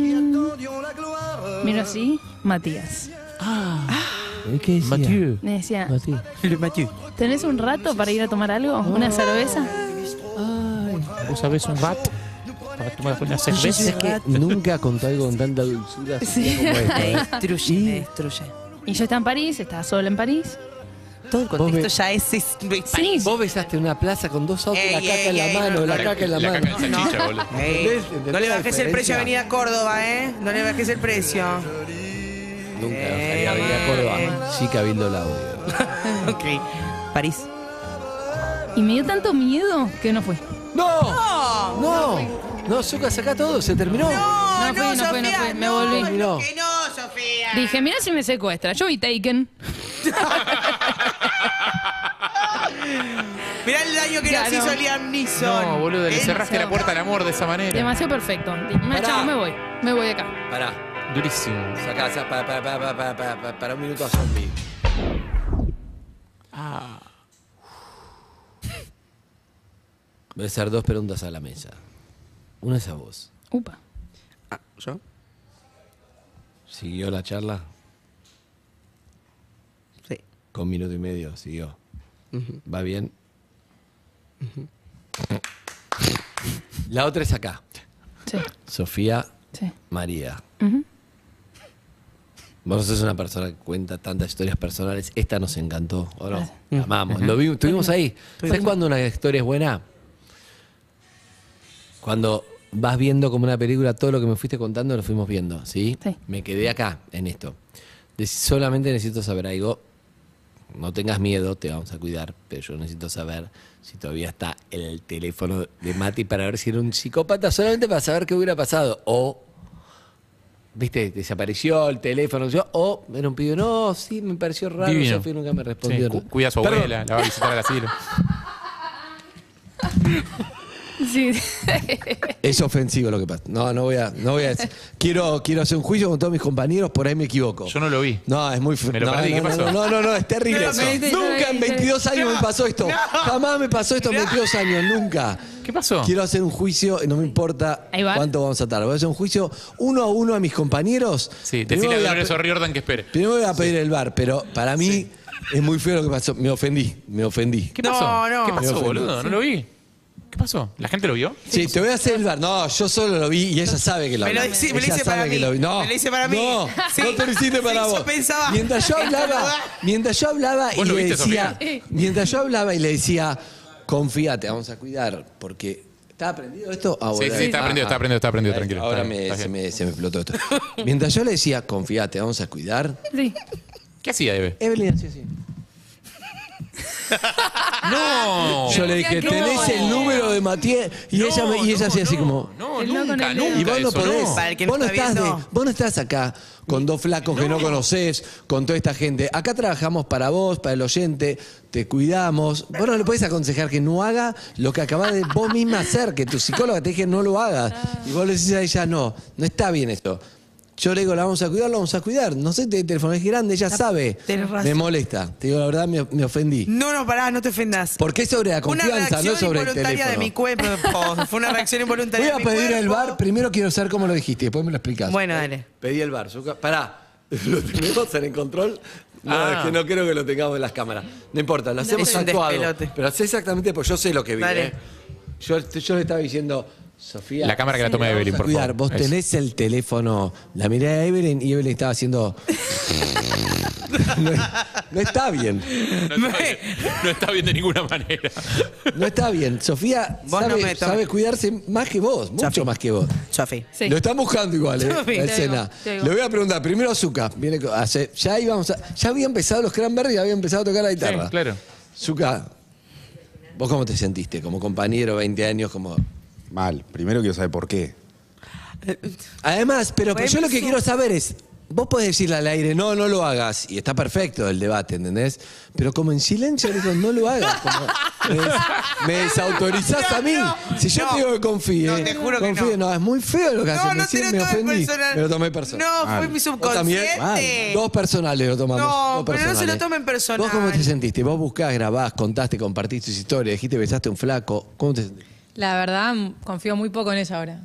Miro así, Matías. ¿Qué decía? Mathieu. Me decía, Mathieu. ¿tenés un rato para ir a tomar algo? ¿Una cerveza? ¿Vos sabés un rat? Para tomar una cerveza. Es que <laughs> nunca contó algo con tanta dulzura así Sí. como esto. ¿eh? Destruye, me destruye. Y yo estaba en París, estaba sola en París. Todo el Vos contexto ve- ya es. es Sí. Vos besaste una plaza con dos autos, Ey, la caca ey, en la ey, mano, no, la no. caca en la La mano. caca en salchicha, boludo. Ey, ¿Entendés? ¿Entendés No le la bajes el diferencia? precio a Avenida Córdoba, ¿eh? No le bajes el precio. Nunca bajaría a Avenida Córdoba. Sí, Cabildo la odio. ok. París. Y me dio tanto miedo que no fui. ¡No! ¡No! No, Zucca, saca todo, se terminó. No fui, no fui, no fui. Me volví. Terminó. Dije, mira si me secuestra. Yo vi Taken. Mirá el daño que Claro. nos hizo Liam Neeson. No, boludo, le Él- cerraste la puerta al amor de esa manera. Demasiado perfecto. Me, Pará. chao, me voy. Me voy de acá. Pará, Durísimo. sacá, sacá, para, para, para, para, para, para, para un minuto a zombie. Ah. Voy a hacer dos preguntas a la mesa. Una es a vos. Upa. ¿Yo? ¿Siguió la charla? Sí. Con minuto y medio, siguió. Va bien. La otra es acá. Sí. Sofía Sí. María. Ujú. Vos no sos una persona que cuenta tantas historias personales. Esta nos encantó, ¿o no? Gracias. La amamos. Ajá. Lo vimos, estuvimos ahí. Estuvimos. ¿Sabes cuándo una historia es buena? Cuando vas viendo como una película todo lo que me fuiste contando, lo fuimos viendo, ¿sí? Me quedé acá, en esto. De- solamente necesito saber algo. No tengas miedo, te vamos a cuidar, pero yo necesito saber si todavía está el teléfono de Mati para ver si era un psicópata, solamente para saber qué hubiera pasado. O ¿Viste? Desapareció el teléfono. Yo, o era un pibe, no, sí, me pareció raro. Divino. Sofía nunca me respondió. Sí, cu- cuida a su Perdón. abuela, la va a visitar al asilo. <laughs> Sí. Es ofensivo lo que pasa. No, no voy a. No voy a quiero, quiero hacer un juicio con todos mis compañeros, por ahí me equivoco. Yo no lo vi. No, es muy. fe- Me lo no, perdí, no, ¿qué no, pasó? No, no, no, no, es terrible. No lo eso. perdiste, no lo Nunca en viste. 22 años No, me pasó esto. no. Jamás me pasó esto en 22 años, nunca. ¿Qué pasó? Quiero hacer un juicio, no me importa Ahí va. cuánto vamos a tardar. Voy a hacer un juicio uno a uno a mis compañeros. Sí, Primero decirle a voy a Dolores O'Riordan que espere. Primero voy a pedir el bar, pero para mí es muy feo lo que pasó. Me ofendí, me ofendí. ¿Qué pasó? ¿Qué Me pasó, ofendí. boludo? No lo vi. ¿Qué pasó? ¿La gente lo vio? Sí, te voy a hacer el bar. No, yo solo lo vi y ella sabe que lo Me vi. lo- sí, me lo Ella hice sabe para que mí. lo vi. No, Me lo hice para mí. No, Sí. no te lo hiciste para Sí, yo vos. pensaba. Mientras yo Es hablaba, verdad. Eh. mientras yo hablaba y ¿Vos lo le viste, decía, Sofía? mientras yo hablaba y le decía, confíate, vamos a cuidar, porque ¿Está aprendido esto? Ah, Sí, bueno, sí, está ah, aprendido, ah. está aprendido, está aprendido, Ahí tranquilo. Ahora Está bien, me- está se, bien. me, se me explotó esto. Mientras yo le decía, confíate, vamos a cuidar, Sí. ¿Qué hacía, Eve? Evelyn hacía así. Ah, ¡No! Yo le dije, tenés el número de Matías. Y ella, me- y ella hacía así como. No, El no con nunca, el Ah, nunca. Y vos no eso, podés. no. vos, no estás de- vos no estás acá con dos flacos que no conocés, con toda esta gente. Acá trabajamos para vos, para el oyente, te cuidamos. Vos no le podés aconsejar que no haga lo que acabás de vos misma hacer, que tu psicóloga te dije no lo hagas. Y vos le decís a ella, no, no está bien esto. Yo le digo, la vamos a cuidar, la vamos a cuidar. No sé, el teléfono es grande, ella sabe. Ah, tenés razón. Me molesta. Te digo, la verdad, me, me ofendí. No, no, pará, no te ofendas. Porque es sobre la Una confianza, reacción no sobre el involuntaria teléfono. de mi cuerpo. <laughs> Fue una reacción Voy involuntaria a de mi pedir el cuerpo. bar. Primero quiero saber cómo lo dijiste, después me lo explicás. Bueno, dale. Pedí el bar. Zucca. Pará. <laughs> ¿Lo tenemos en el control? No, Ah. es que no creo que lo tengamos en las cámaras. No importa, lo hacemos Es un actuado. despelote. Pero sé exactamente, porque yo sé lo que vi. Dale. ¿eh? Yo, yo le estaba diciendo, Sofía. La cámara que la sí, tome vamos Evelyn, a por cuidar. favor. Vos Eso. tenés el teléfono. La miré a Evelyn y Evelyn estaba <laughs> haciendo. no, no está bien. No está, bien. No está bien de ninguna manera. No está bien. Sofía Vos no sabe, me tomes. sabe cuidarse más que vos, mucho más que vos. Chafi. Sí. Lo están buscando igual, ¿eh? Yo vi. La Te escena. oigo, te oigo. Le voy a preguntar primero a Zuka. Viene, co- hace- ya íbamos a- ya había empezado los Cranberries, había empezado a tocar la guitarra. claro. Zuka, ¿vos cómo te sentiste? Como compañero, 20 años, como. Mal. Primero quiero saber por qué. Además, pero que Fue yo lo que su- quiero saber es, vos podés decirle al aire, no, no lo hagas, y está perfecto el debate, ¿entendés? Pero como en silencio, le digo, no lo hagas. como, me, me desautorizás a mí. si yo te digo que confíe, no, te juro confíe, no. es muy feo lo que haces. no, recién te lo me tomes ofendí. personal. Me lo tomé personal. No, fue Mal. mi Vos también, subconsciente. mal. Dos personales lo tomamos. No, dos pero no se personales. lo tomen personal. ¿Vos cómo te sentiste? Vos buscás, grabás, contaste, compartiste tus historias, dijiste, besaste a un flaco. ¿Cómo te sentiste? La verdad, m- confío muy poco en eso ahora.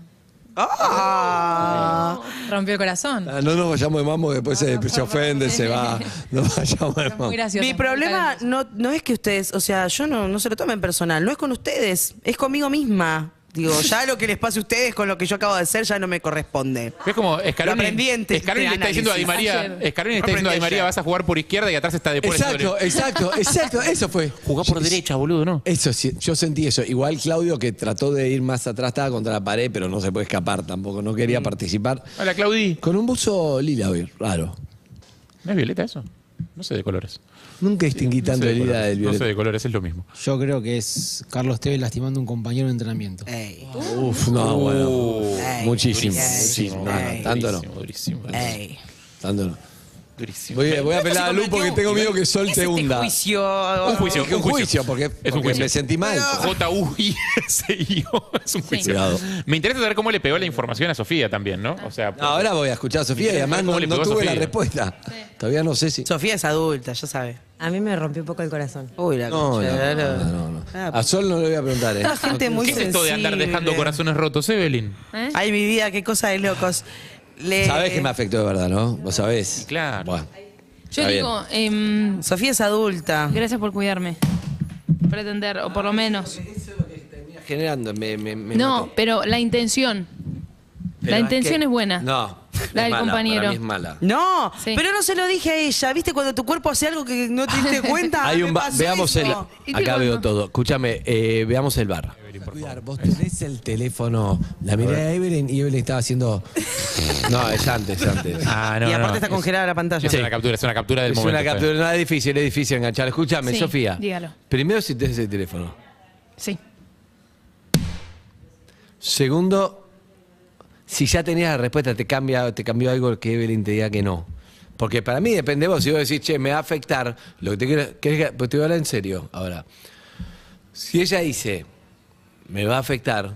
Ah. Rompió el corazón. Ah, No nos vayamos de mambo, que después se, se ofende, se va. No vayamos de mambo. Mi Ah, problema no, no es que ustedes, o sea, yo no, no se lo tomen personal, no es con ustedes, es conmigo misma. <laughs> Digo, ya lo que les pase a ustedes con lo que yo acabo de hacer ya no me corresponde. Es como Escaroni, Lo aprendí en te- Escaroni de le está diciendo a Di análisis. María, Ayer. Escaroni le Lo está diciendo a Di aprendí María, ayer. vas a jugar por izquierda y atrás está de Exacto, exacto, exacto, eso fue. Jugá por derecha, boludo, ¿no? Eso sí, yo sentí eso. Igual Claudio que trató de ir más atrás, estaba contra la pared, pero no se puede escapar tampoco, no Mm. quería participar. Hola, Claudi. Con un buzo lila hoy, raro. ¿No es violeta eso? No sé de colores. Nunca distinguí No tanto sé de el lila colores. del No sé violeta. de colores, es lo mismo. Yo creo que es Carlos Tevez lastimando a un compañero de entrenamiento. Uf, no, bueno. muchísimo, durísimo, muchísimo. No, ey, no, tanto no. durísimo, durísimo. Tanto no. Durísimo. Voy, a- voy a apelar a Lu porque tengo miedo que Sol te hunda. juicio? Un juicio, Es que un juicio, porque, es un porque juicio. me sentí mal. <laughs> J-U-I-S-I-O. Es un juicio. Pues Cuidado. Me interesa saber cómo le pegó la información a Sofía también, ¿no? O sea, No, ahora voy a escuchar a Sofía y además no, ¿Cómo le no pegó a tuve la Sofía? respuesta. Todavía no sé si. Sofía es adulta, ya sabe. A mí me rompió un poco el corazón. Uy, la No, concha, no, la- no, no, no. Ah, A Sol no le voy a preguntar, ¿eh? Esta gente muy ¿Qué es esto de andar sensible. dejando corazones rotos, Evelyn? ¿Eh? Ay, mi vida, qué cosa de locos. Le- Sabés que me afectó de verdad, ¿no? Vos sabés. Claro. Bueno, Yo Está digo, em, Sofía es adulta. gracias por cuidarme. pretender, o por lo menos. generando, me, me- me No, mató. pero la intención. Pero la intención que- es buena. No. es La del mala, compañero. para mí es mala. No, pero no se lo dije a ella. ¿Viste cuando tu cuerpo hace algo que no te <laughs> diste cuenta? Hay Ah, Me un ba- pasó veamos eso. el. Acá veo todo. Escúchame, eh, veamos el bar. Cuidar, vos tenés el teléfono. La miré a Evelyn y Evelyn estaba haciendo. <laughs> No, es antes, es antes. Ah, no, y aparte no. está congelada la pantalla. Es una captura, es una captura del es momento. una captura, no es difícil, es difícil enganchar. Escúchame, Sí, Sofía. dígalo. Primero si tenés el teléfono. Sí. Segundo, si ya tenías la respuesta, te cambia, te cambió algo que Evelyn te diga que no. Porque para mí depende de vos. Si vos decís, che, me va a afectar, lo que te quiero. querés que- pues te voy a hablar en serio ahora. Si ella dice, me va a afectar.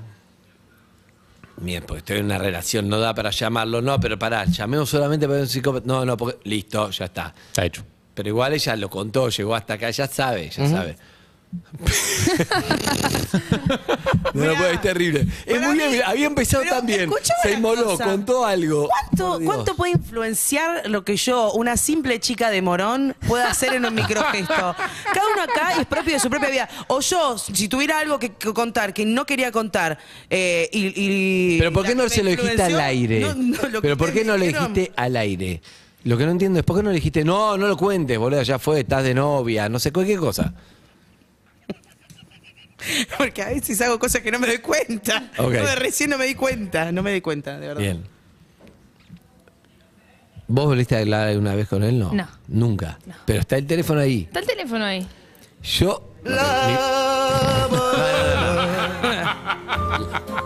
Bien, porque estoy en una relación, no da para llamarlo, no, pero pará, llamemos solamente para ver un psicópata. No, no, porque. Listo, ya está. Está hecho. Pero igual ella lo contó, llegó hasta acá, ya sabe, ya Ujú. <laughs> sabe. <laughs> no, no, puede, es terrible. Es muy bien, había empezado tan bien. escuchame Se una inmoló, cosa. contó algo. Por ¿Cuánto, Dios. cuánto puede influenciar lo que yo, una simple chica de morón, pueda hacer en un microgesto? <laughs> Cada uno acá es propio de su propia vida. O yo, si tuviera algo que, que contar, que no quería contar, eh, y, y- Pero ¿por qué no me se lo dijiste al influenció, aire? no, no, lo Pero que ¿por qué ustedes no me le dijeron- dijiste al aire? Lo que no entiendo es por qué no le dijiste, no, no lo cuentes, boludo, ya fue, estás de novia, no sé cualquier cosa. <laughs> Porque a veces hago cosas que no me doy cuenta. Ok. No, recién no me di cuenta, no me di cuenta, de verdad. Bien. ¿Vos volviste a hablar alguna vez con él? No. No. Nunca. Pero está el teléfono ahí. Está el teléfono <laughs> ahí. <laughs> Yo.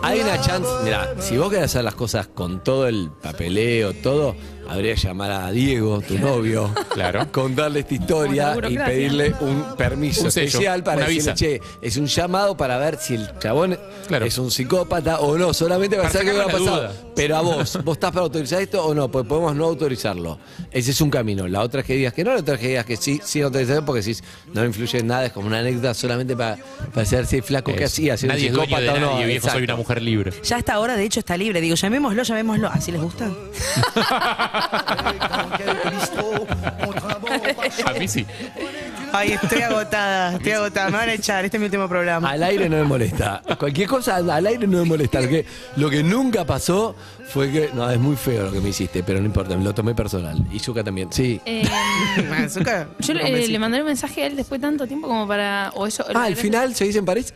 Hay una chance. Mira, si vos querés hacer las cosas con todo el papeleo, todo, habría que llamar a Diego, tu novio. Claro. Contarle esta historia Como la y burocracia. pedirle un permiso Un sello, especial para una decirle, che, es un llamado para ver si el chabón es un psicópata o no, solamente para, Para saber qué hubiera sacarme la pasado. duda. <laughs> Pero a vos, ¿vos estás para autorizar esto o no? Pues podemos no autorizarlo. Ese es un camino. La otra es que digas que no, la otra es que digas que sí, sí autorizar porque si no influye en nada, es como una anécdota solamente para, para saber si el flaco que Eso. hacía, si era un Nadie es dueño psicópata de o no. nadie, viejo, soy Exacto. una mujer libre. Ya hasta ahora, de hecho, está libre. Digo, llamémoslo, llamémoslo. ¿Así les gusta? A mí sí. Ay, estoy agotada, estoy agotada. Me van a echar, este es mi último programa. Uh, Al aire no me molesta. Cualquier cosa al aire no me molesta. Lo que, lo que nunca pasó fue que. No, es muy feo lo que me hiciste, pero no importa, me lo tomé personal. Y Yuka también. Sí. Eh, Azúcar. yo le- Convencido. le mandé un mensaje a él después de tanto tiempo como para. O eso, Ah, al final se dice en París.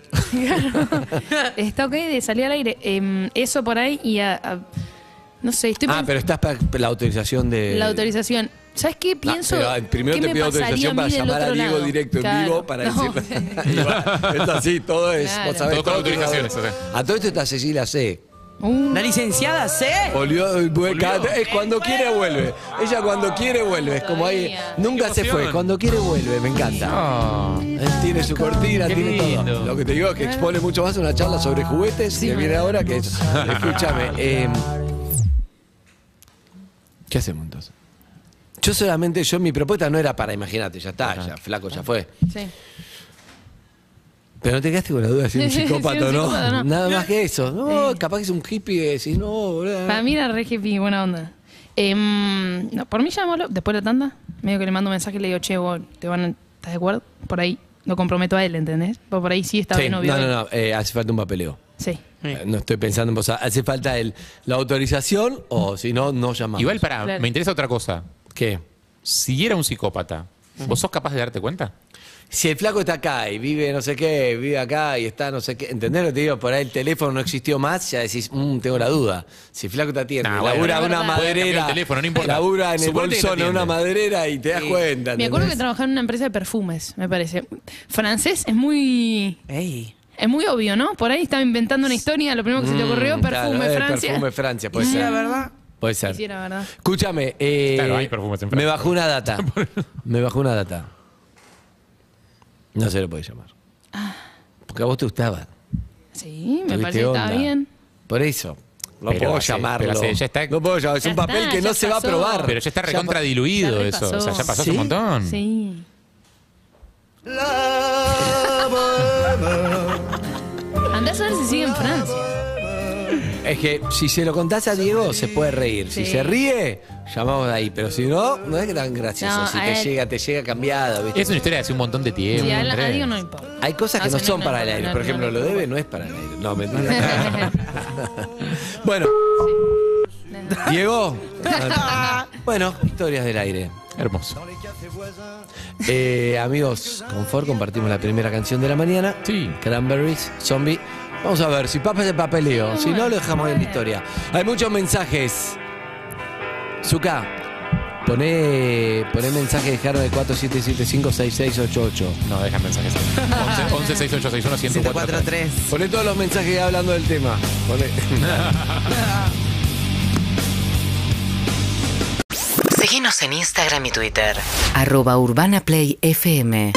Está ok de salir al aire. Em, eso por ahí y a. a- no sé, estoy Ah, pero estás para la autorización de. La autorización. ¿Sabes qué Ah, pienso? pero primero ¿Qué te me pido pasaría autorización para mí del llamar a otro Diego lado? directo en Claro. vivo para No, <laughs> <laughs> decirle. es así, todo es. Claro. vos sabés, Todo con tiene autorizaciones, autorización. A todo esto está Cecilia C. Uh, ¿La licenciada C? Volvió, y vuel- cada- es cuando quiere vuelve. Ah, Ella cuando quiere vuelve. Es como ahí. Nunca se fue. Cuando quiere vuelve. Me encanta. Eh, Tiene su cortina, Ah. Qué tiene todo. lindo. Lo que te digo es que expone mucho más una charla sobre juguetes que viene ahora que es. <laughs> Escúchame. eh, ¿Qué hacemos entonces? Yo solamente, yo mi propuesta no era para, imagínate, ya está, ya flaco, ya fue. Sí. Pero no te quedaste con la duda de si es un <laughs> Sí, sí, un psicópata o no. psicópata, no. Nada más que eso. No, capaz que es un hippie que decís, no, boludo. Para mí era re hippie, buena onda. Em, no, por mí llamémoslo, después de la tanda, medio que le mando un mensaje y le digo, che, vos, ¿te van a- ¿estás de acuerdo? Por ahí lo comprometo a él, ¿entendés? Porque por ahí sí está Sí, bien no, obvio. no, no, eh, hace falta un papeleo. Sí. Eh, No estoy pensando en vos. Hace falta el, la autorización o si no, no llamamos. Igual para, Claro. me interesa otra cosa. ¿Qué? Si era un psicópata, ¿vos sos capaz de darte cuenta? Si el flaco está acá y vive no sé qué, vive acá y está no sé qué, ¿entendés lo que te digo? Por ahí el teléfono no existió más, ya decís, mmm, tengo la duda. Si el flaco te atiende, Nah, bueno, labura no en una importa. Puede cambiar el maderera, teléfono, no importa. labura en el Suponete que te bolsón en una atiende. maderera y te das cuenta. Me acuerdo que ¿entendés? trabajaba en una empresa de perfumes, me parece. Francés es muy. Es muy obvio, ¿no? Por ahí estaba inventando una historia, lo primero que se te Mm, ocurrió, claro, perfume eh, Francia. Perfume Francia, puede ¿Y si ser. era verdad? Puede ser. <laughs> Sí, era verdad. Escúchame, eh, Claro, hay perfumes en me Francia. bajó una data. me bajó una data. No se lo puede llamar. Porque a vos te gustaba. Sí, Tuviste me Ah. parece que estaba onda. bien. Por eso. No Pero puedo hace- llamarlo. pero hace- ya está- no puedo llamar. Es Ya un papel está, que no ya se va pasó. a probar. Pero ya está pa- recontra diluido eso. O sea, ya pasó hace ¿Sí? un montón. Sí. Andás a ver si sigue en Francia. Es que si se lo contás a Diego, se puede reír. Si Sí. se ríe, llamamos de ahí. Pero si no, no es tan gracioso. No, si a te él- llega, te llega cambiada. ¿viste? Es una historia de hace un montón de tiempo. Sí, a, la- a Andrés. Diego no le importa. Hay cosas que Ah, no sí, son no, para no, el aire. no, Por no, ejemplo, no, lo no. <laughs> <laughs> debe no es para el aire. No, mentira. bueno. Diego. <laughs> bueno, historias del aire. Hermoso. Eh, amigos, con Ford compartimos la primera canción de la mañana. Sí. Cranberries, Zombie. Vamos a ver si papa de papeleo. Si no, lo dejamos en la historia. Hay muchos mensajes. Zuka, poné, poné mensaje, dejaron el 47756688. No, <laughs> dejan mensajes. 11, 11 6861 1043. Poné todos los mensajes hablando del tema. Síguenos en Instagram y Twitter. Arroba Urbana Play FM.